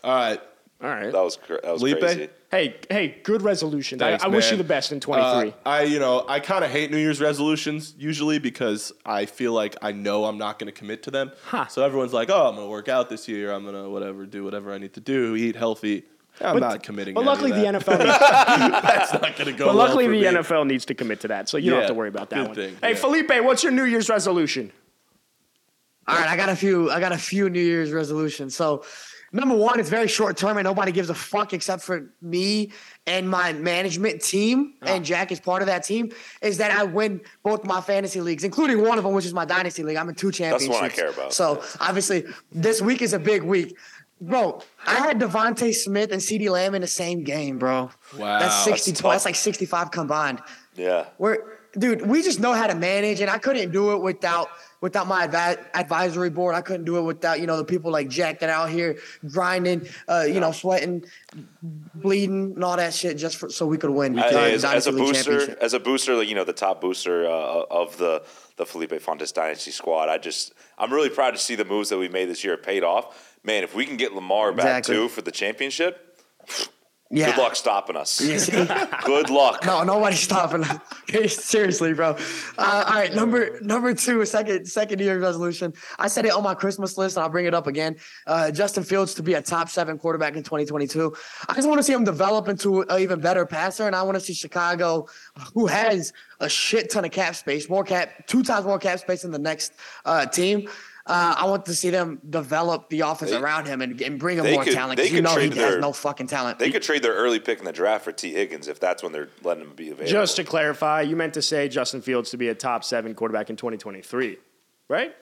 S2: All right,
S3: All right.
S1: that was cra- that was
S2: Felipe?
S1: crazy.
S3: Hey, hey, good resolution.
S2: Thanks,
S3: I, I wish
S2: man.
S3: you the best in
S2: Uh,
S3: 23.
S2: I you know I kind of hate New Year's resolutions usually because I feel like I know I'm not going to commit to them.
S3: Huh.
S2: So everyone's like, "Oh, I'm going to work out this year. I'm going to whatever, do whatever I need to do, eat healthy." I'm not committing.
S3: but luckily, the
S2: NFL
S3: NFL needs,
S2: that's not going to go. well
S3: but luckily
S2: for
S3: the
S2: me.
S3: NFL needs to commit to that, so you don't
S2: Yeah,
S3: have to worry about that
S2: good
S3: one.
S2: thing,
S3: hey,
S2: yeah.
S3: Felipe, what's your New Year's resolution?
S4: All right, I got a few. I got a few New Year's resolutions. So, number one, it's very short term, and nobody gives a fuck except for me and my management team,
S1: Ah.
S4: and Jack is part of that team. Is that I win both my fantasy leagues, including one of them, which is my dynasty league. I'm in two championships.
S1: the one I care about.
S4: So obviously, this week is a big week. Bro, I had Devonte Smith and CeeDee Lamb in the same game, bro.
S2: Wow.
S4: That's 60
S1: That's
S4: that's,
S1: tough.
S4: like 65 combined.
S1: Yeah.
S4: We're dude, we just know how to manage, and I couldn't do it without without my advi- advisory board. I couldn't do it without you know the people like Jack that are out here grinding, uh, you know, sweating, bleeding, and all that shit just for, so we could win.
S1: I-
S4: the
S1: as, as
S4: Dynasty
S1: a
S4: League
S1: booster,
S4: championship.
S1: as a booster, like you know, the top booster uh, of the the Felipe Fontes dynasty squad. I just, I'm really proud to see the moves that we made this year paid off. Man, if we can get Lamar back
S4: Exactly.
S1: too for the championship,
S4: yeah.
S1: good luck stopping us.
S4: You see?
S1: good luck.
S4: No, nobody's stopping. us. Seriously, bro. Uh, all right, number number two, second second year resolution. I said it on my Christmas list, and I'll bring it up again. Uh, Justin Fields to be a top seven quarterback in 2022. I just want to see him develop into an even better passer, and I want to see Chicago, who has a shit ton of cap space, more cap, two times more cap space than the next uh, team. Uh, I want to see them develop the offense around him and, and bring him
S1: they
S4: more
S1: could-
S4: talent.
S1: they
S4: 'cause you
S1: could
S4: know he
S1: trade
S4: has
S1: their-
S4: no fucking talent.
S1: They could trade their early pick in the draft for T. Higgins if that's when they're letting him be available.
S3: Just to clarify, you meant to say Justin Fields to be a top seven quarterback in 2023, right?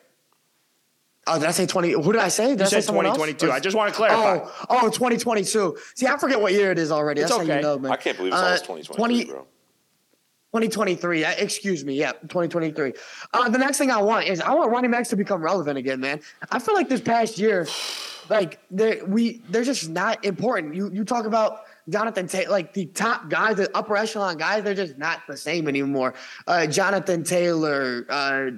S4: Oh, did I say 20? Who did I say? Did
S3: You
S4: I say
S3: said
S4: someone else?
S3: 2022. I just want to clarify.
S4: Oh, oh, 2022. See, I forget what year it is already.
S3: It's
S4: That's how
S3: okay.
S4: you know, man.
S1: I can't believe it's
S4: Uh,
S1: almost 2023,
S4: 20
S1: bro.
S4: 2023. Uh, excuse me. Yeah, 2023. Uh, the next thing I want is I want running backs to become relevant again, man. I feel like this past year, like they're, we they're just not important. You you talk about Jonathan Taylor, like the top guys, the upper echelon guys, they're just not the same anymore. Uh, Jonathan Taylor, uh,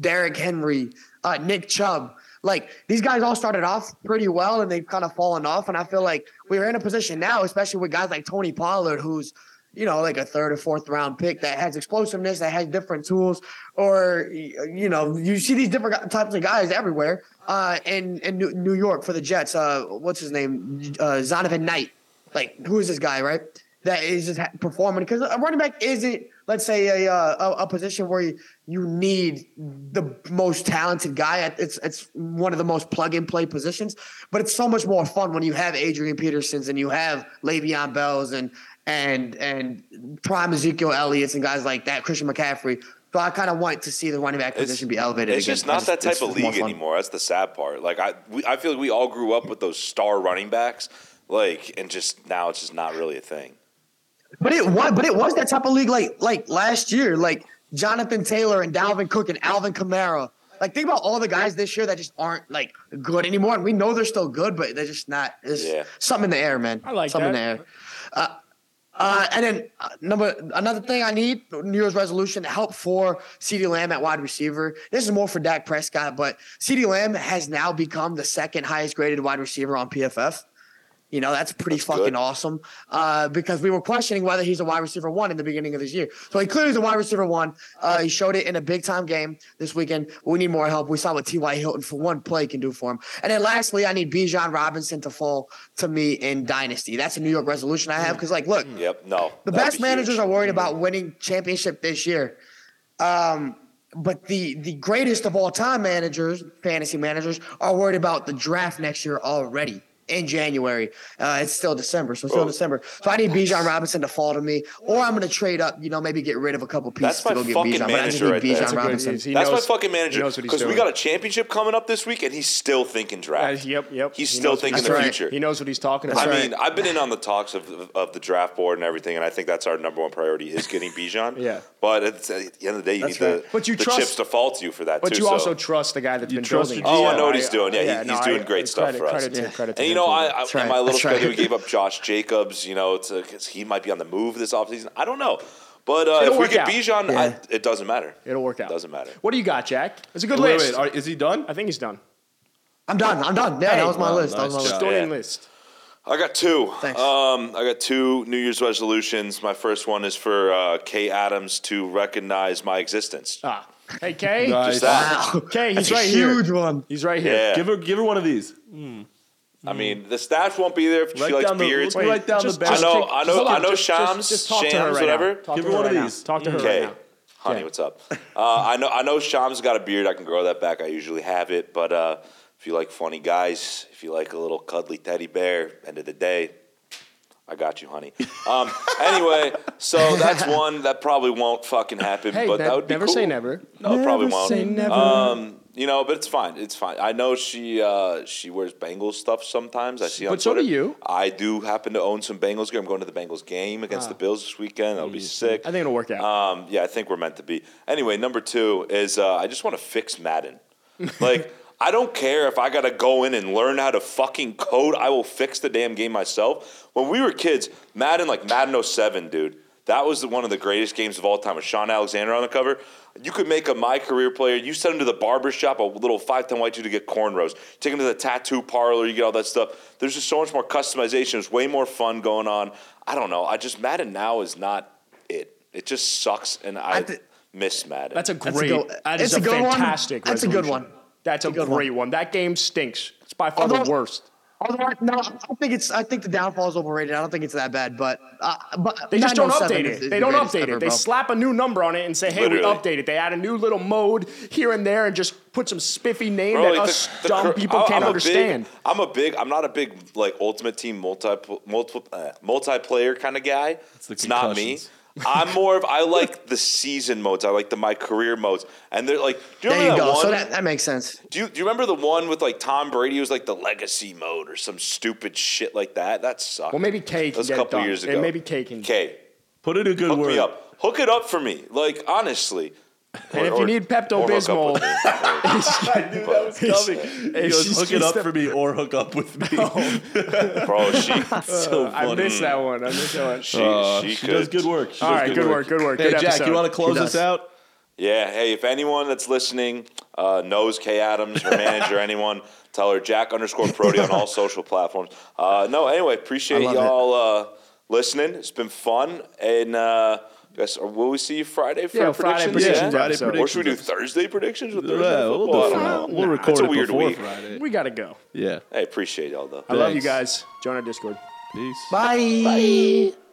S4: Derrick Henry, uh, Nick Chubb. Like these guys all started off pretty well and they've kind of fallen off. And I feel like we're in a position now, especially with guys like Tony Pollard, who's you know, like a third or fourth round pick that has explosiveness, that has different tools, or you know, you see these different types of guys everywhere. Uh, in in New New York for the Jets, uh, what's his name, uh, Zonovan Knight. Like, who is this guy, right? that is just ha- performing because a running back isn't let's say a uh, a, a position where you, you need the most talented guy. At- It's it's one of the most plug and play positions, but it's so much more fun when you have Adrian Petersons and you have Le'Veon Bell's and and and prime Ezekiel Elliott's and guys like that, Christian McCaffrey. So I kind of want to see the running back position be elevated.
S1: It's
S4: again.
S1: just
S4: I
S1: not that type
S4: it's
S1: of
S4: just more
S1: league
S4: fun.
S1: anymore. That's the sad part. Like I, we, I feel like we all grew up with those star running backs, like, and just now it's just not really a thing.
S4: But it was, but it was that type of league like like last year, like Jonathan Taylor and Dalvin Cook and Alvin Kamara. Like think about all the guys this year that just aren't like good anymore, and we know they're still good, but they're just not. There's
S1: Yeah.
S4: something in the air, man.
S3: I like
S4: something
S3: that.
S4: in the air. Uh, and then uh, number another thing I need New Year's resolution help for CeeDee Lamb at wide receiver. This is more for Dak Prescott, but CeeDee Lamb has now become the second highest graded wide receiver on PFF. You know that's pretty
S1: That's
S4: fucking
S1: good.
S4: awesome uh, because we were questioning whether he's a wide receiver one in the beginning of this year. So he clearly is a wide receiver one. Uh, he showed it in a big time game this weekend. We need more help. We saw what T.Y. Hilton for one play can do for him. And then lastly, I need Bijan Robinson to fall to me in Dynasty. That's a New York resolution I have because like look.
S1: Yep. No.
S4: The
S1: that'd
S4: best
S1: be
S4: managers
S1: huge.
S4: are worried about winning championship this year. Um, but the the greatest of all time managers, fantasy managers, are worried about the draft next year already in January. Uh, it's still December, so it's still
S1: Bro.
S4: December. So I need Bijan Robinson to fall to me, or I'm going to trade up. You know, maybe get rid of a couple pieces
S1: That's
S4: to
S1: my
S4: go get
S1: fucking
S4: Bijan. But I just
S1: manager
S4: need
S1: right there. That's
S4: Bijan
S1: a good-
S4: Robinson.
S3: he's- he
S1: That's
S3: knows-
S1: my fucking manager.
S3: he knows what he's
S1: Because we
S3: doing.
S1: got a championship coming up this week, and he's still thinking
S3: Uh,
S1: draft.
S3: yep, yep.
S1: He's
S3: He
S1: still
S3: knows what
S1: thinking
S3: he's
S1: the
S4: doing.
S1: future.
S3: He knows what he's talking about.
S1: I mean, I've been in on the talks of of the draft board and everything, and I think that's our number one priority is getting Bijan.
S3: Yeah.
S1: But it's, at the end of the day, you
S4: That's
S1: need the,
S4: right.
S3: But you
S1: the
S3: trust-
S1: chips to fall to you for that
S3: but
S1: too.
S3: you
S1: so-
S3: also trust the guy that's
S2: You
S3: been
S2: trust
S3: building.
S2: your
S1: Oh,
S3: it.
S1: I know what
S3: Yeah,
S1: he's doing. Yeah, he-
S3: no,
S1: he's
S3: I-
S1: doing great stuff
S3: credit-
S1: for us.
S3: Credit to, credit to
S1: and you
S3: him
S1: know,
S3: for
S1: I,
S3: that.
S1: I
S4: That's right.
S1: in my little
S4: That's right.
S1: schedule we gave up Josh Jacobs. You know, because he might be on the move this offseason. I don't know, but uh,
S3: It'll
S1: if we
S3: work
S1: get
S3: out.
S1: Bijan,
S4: Yeah.
S1: I, it doesn't matter.
S3: It'll work out.
S1: Doesn't matter.
S3: What do you got, Jack? It's a good
S2: Wait,
S3: list.
S2: wait, are, is he done?
S3: I think he's done.
S4: I'm done. I'm done. Yeah,
S3: Hey,
S4: that was my
S2: wow,
S4: list. That was
S2: nice
S4: my
S2: job.
S4: list.
S3: Historian
S1: Uh, Yeah.
S3: list.
S1: I got two.
S4: Thanks.
S1: Um, I got two New Year's resolutions. My first one is for uh, Kay Adams to recognize my existence.
S3: Ah, hey Kay.
S1: Just
S2: Nice.
S1: that.
S4: Wow.
S3: Kay, he's
S4: That's a
S3: right here.
S4: huge one.
S3: He's right here.
S1: Yeah.
S2: Give her, give her one of these.
S1: I mean, the staff won't be there if
S2: Write
S1: she likes
S2: down the-
S1: beards.
S2: Wait, Write down the
S1: I know,
S3: take-
S1: I know,
S3: look,
S1: I know.
S3: just- just-
S1: Shams,
S3: just talk to her
S1: Shams,
S3: right now.
S1: whatever.
S3: Talk
S2: Give
S3: to
S2: her one
S3: right
S2: of
S3: now.
S2: these.
S3: Talk to her
S1: Okay,
S3: right now.
S1: honey,
S3: Okay.
S1: what's up? Uh, I know I know Sham's got a beard. I can grow that back. I usually have it, but uh, if you like funny guys, if you like a little cuddly teddy bear, end of the day, I got you, honey. Um, anyway, so that's one that probably won't fucking happen.
S3: Hey,
S1: but
S3: ne-
S1: that would be
S3: never
S1: cool.
S3: say never.
S1: No, it probably
S3: Never
S1: won't.
S3: say never.
S1: Um, you know, but it's fine. It's fine. I know she uh, she wears Bengals stuff sometimes. I see on
S3: But so do
S1: Twitter.
S3: you.
S1: I do happen to own some Bengals gear. I'm going to the Bengals game against the Bills this weekend. That'll be sick.
S3: Ah. I think it'll work out.
S1: Um, yeah, I think we're meant to be. Anyway, number two is uh, I just want to fix Madden. Like, I don't care if I got to go in and learn how to fucking code. I will fix the damn game myself. When we were kids, Madden, like Madden 07, dude, that was the, one of the greatest games of all time with Sean Alexander on the cover. You could make a my career player. You send him to the barber shop, a little 5'10 white dude to get cornrows. Take him to the tattoo parlor, you get all that stuff. There's just so much more customization. There's way more fun going on. I don't know. I just, Madden now is not it. It just sucks, and I,
S4: thi-
S1: miss Madden.
S3: That's a
S4: That's a
S3: great.
S4: go-
S3: that is
S4: it's a good one.
S3: fantastic.
S4: That's a good
S3: resolution.
S4: one.
S3: That's a
S4: It's a good
S3: great one. That game stinks. It's by far the
S4: Although-
S3: worst.
S4: Although I, no, I think it's I think the downfall is overrated. I don't think it's that bad, but uh, but
S3: They just don't
S4: 907
S3: update
S4: is- is
S3: it. They
S4: the
S3: don't
S4: greatest
S3: update
S4: ever,
S3: it. They
S4: bro.
S3: slap a new number on it and say, "Hey,
S1: Literally.
S3: we updated." They add a new little mode here and there and just put some spiffy name
S1: Bro,
S3: that
S1: like,
S3: us
S1: the- the
S3: dumb
S1: cur-
S3: people
S1: I-
S3: can't
S1: I'm a big-
S3: understand.
S1: I'm a big. I'm not a big like ultimate team multi multiple uh, multiplayer kind of guy. It's,
S2: the
S1: not me.
S2: concussions.
S1: I'm more of I like the season modes. I like the my career modes, and they're like. Do you
S4: There
S1: remember that
S4: you go.
S1: one?
S4: So that, that makes sense.
S1: do you do you remember the one with like Tom Brady was like the legacy mode or some stupid shit like that? That sucked.
S3: Well, maybe K
S1: That
S3: can
S1: was a
S3: get it
S1: couple
S3: done.
S1: years
S3: And
S1: ago.
S3: maybe K can-
S1: K,
S2: Put it in a good
S1: hook
S2: word.
S1: me up. Hook it up for me. Like honestly.
S3: And if you need Pepto
S1: Bismol.
S2: I knew that was coming.
S3: Hey,
S2: He goes,
S3: she's
S2: hook it
S3: just
S2: up
S3: the-
S2: for me or hook up with me.
S1: Bro, she
S2: so funny.
S3: Uh, I missed that one. I missed that one.
S1: she,
S2: Uh,
S1: she,
S2: she
S1: could.
S2: does good work. She
S3: All
S2: does
S3: right, good work, good work.
S2: Hey,
S3: Good
S2: Jack,
S3: episode.
S2: you want to close
S4: She
S2: us
S4: does.
S2: out?
S1: Yeah, hey, if anyone that's listening uh, knows Kay Adams, her manager, anyone, tell her Jack underscore Prody on all social platforms. Uh, no, anyway, appreciate
S4: I love it.
S1: y'all uh, listening. It's been fun, and uh, guess will we see you Friday for
S3: Yeah, Friday
S1: predictions?
S3: predictions
S2: Friday
S3: episode.
S1: Or should we do
S2: predictions.
S1: Thursday predictions or Thursday
S2: Yeah, we'll
S1: football?
S2: do
S1: I
S2: Friday.
S1: don't know.
S2: We'll
S1: Nah,
S2: record
S1: it's a
S2: it
S1: weird
S2: before
S1: week.
S2: Friday.
S3: We gotta go.
S2: Yeah.
S1: Hey, appreciate y'all though.
S3: I love you
S2: Thanks.
S3: guys. Join our Discord.
S2: Peace.
S4: Bye.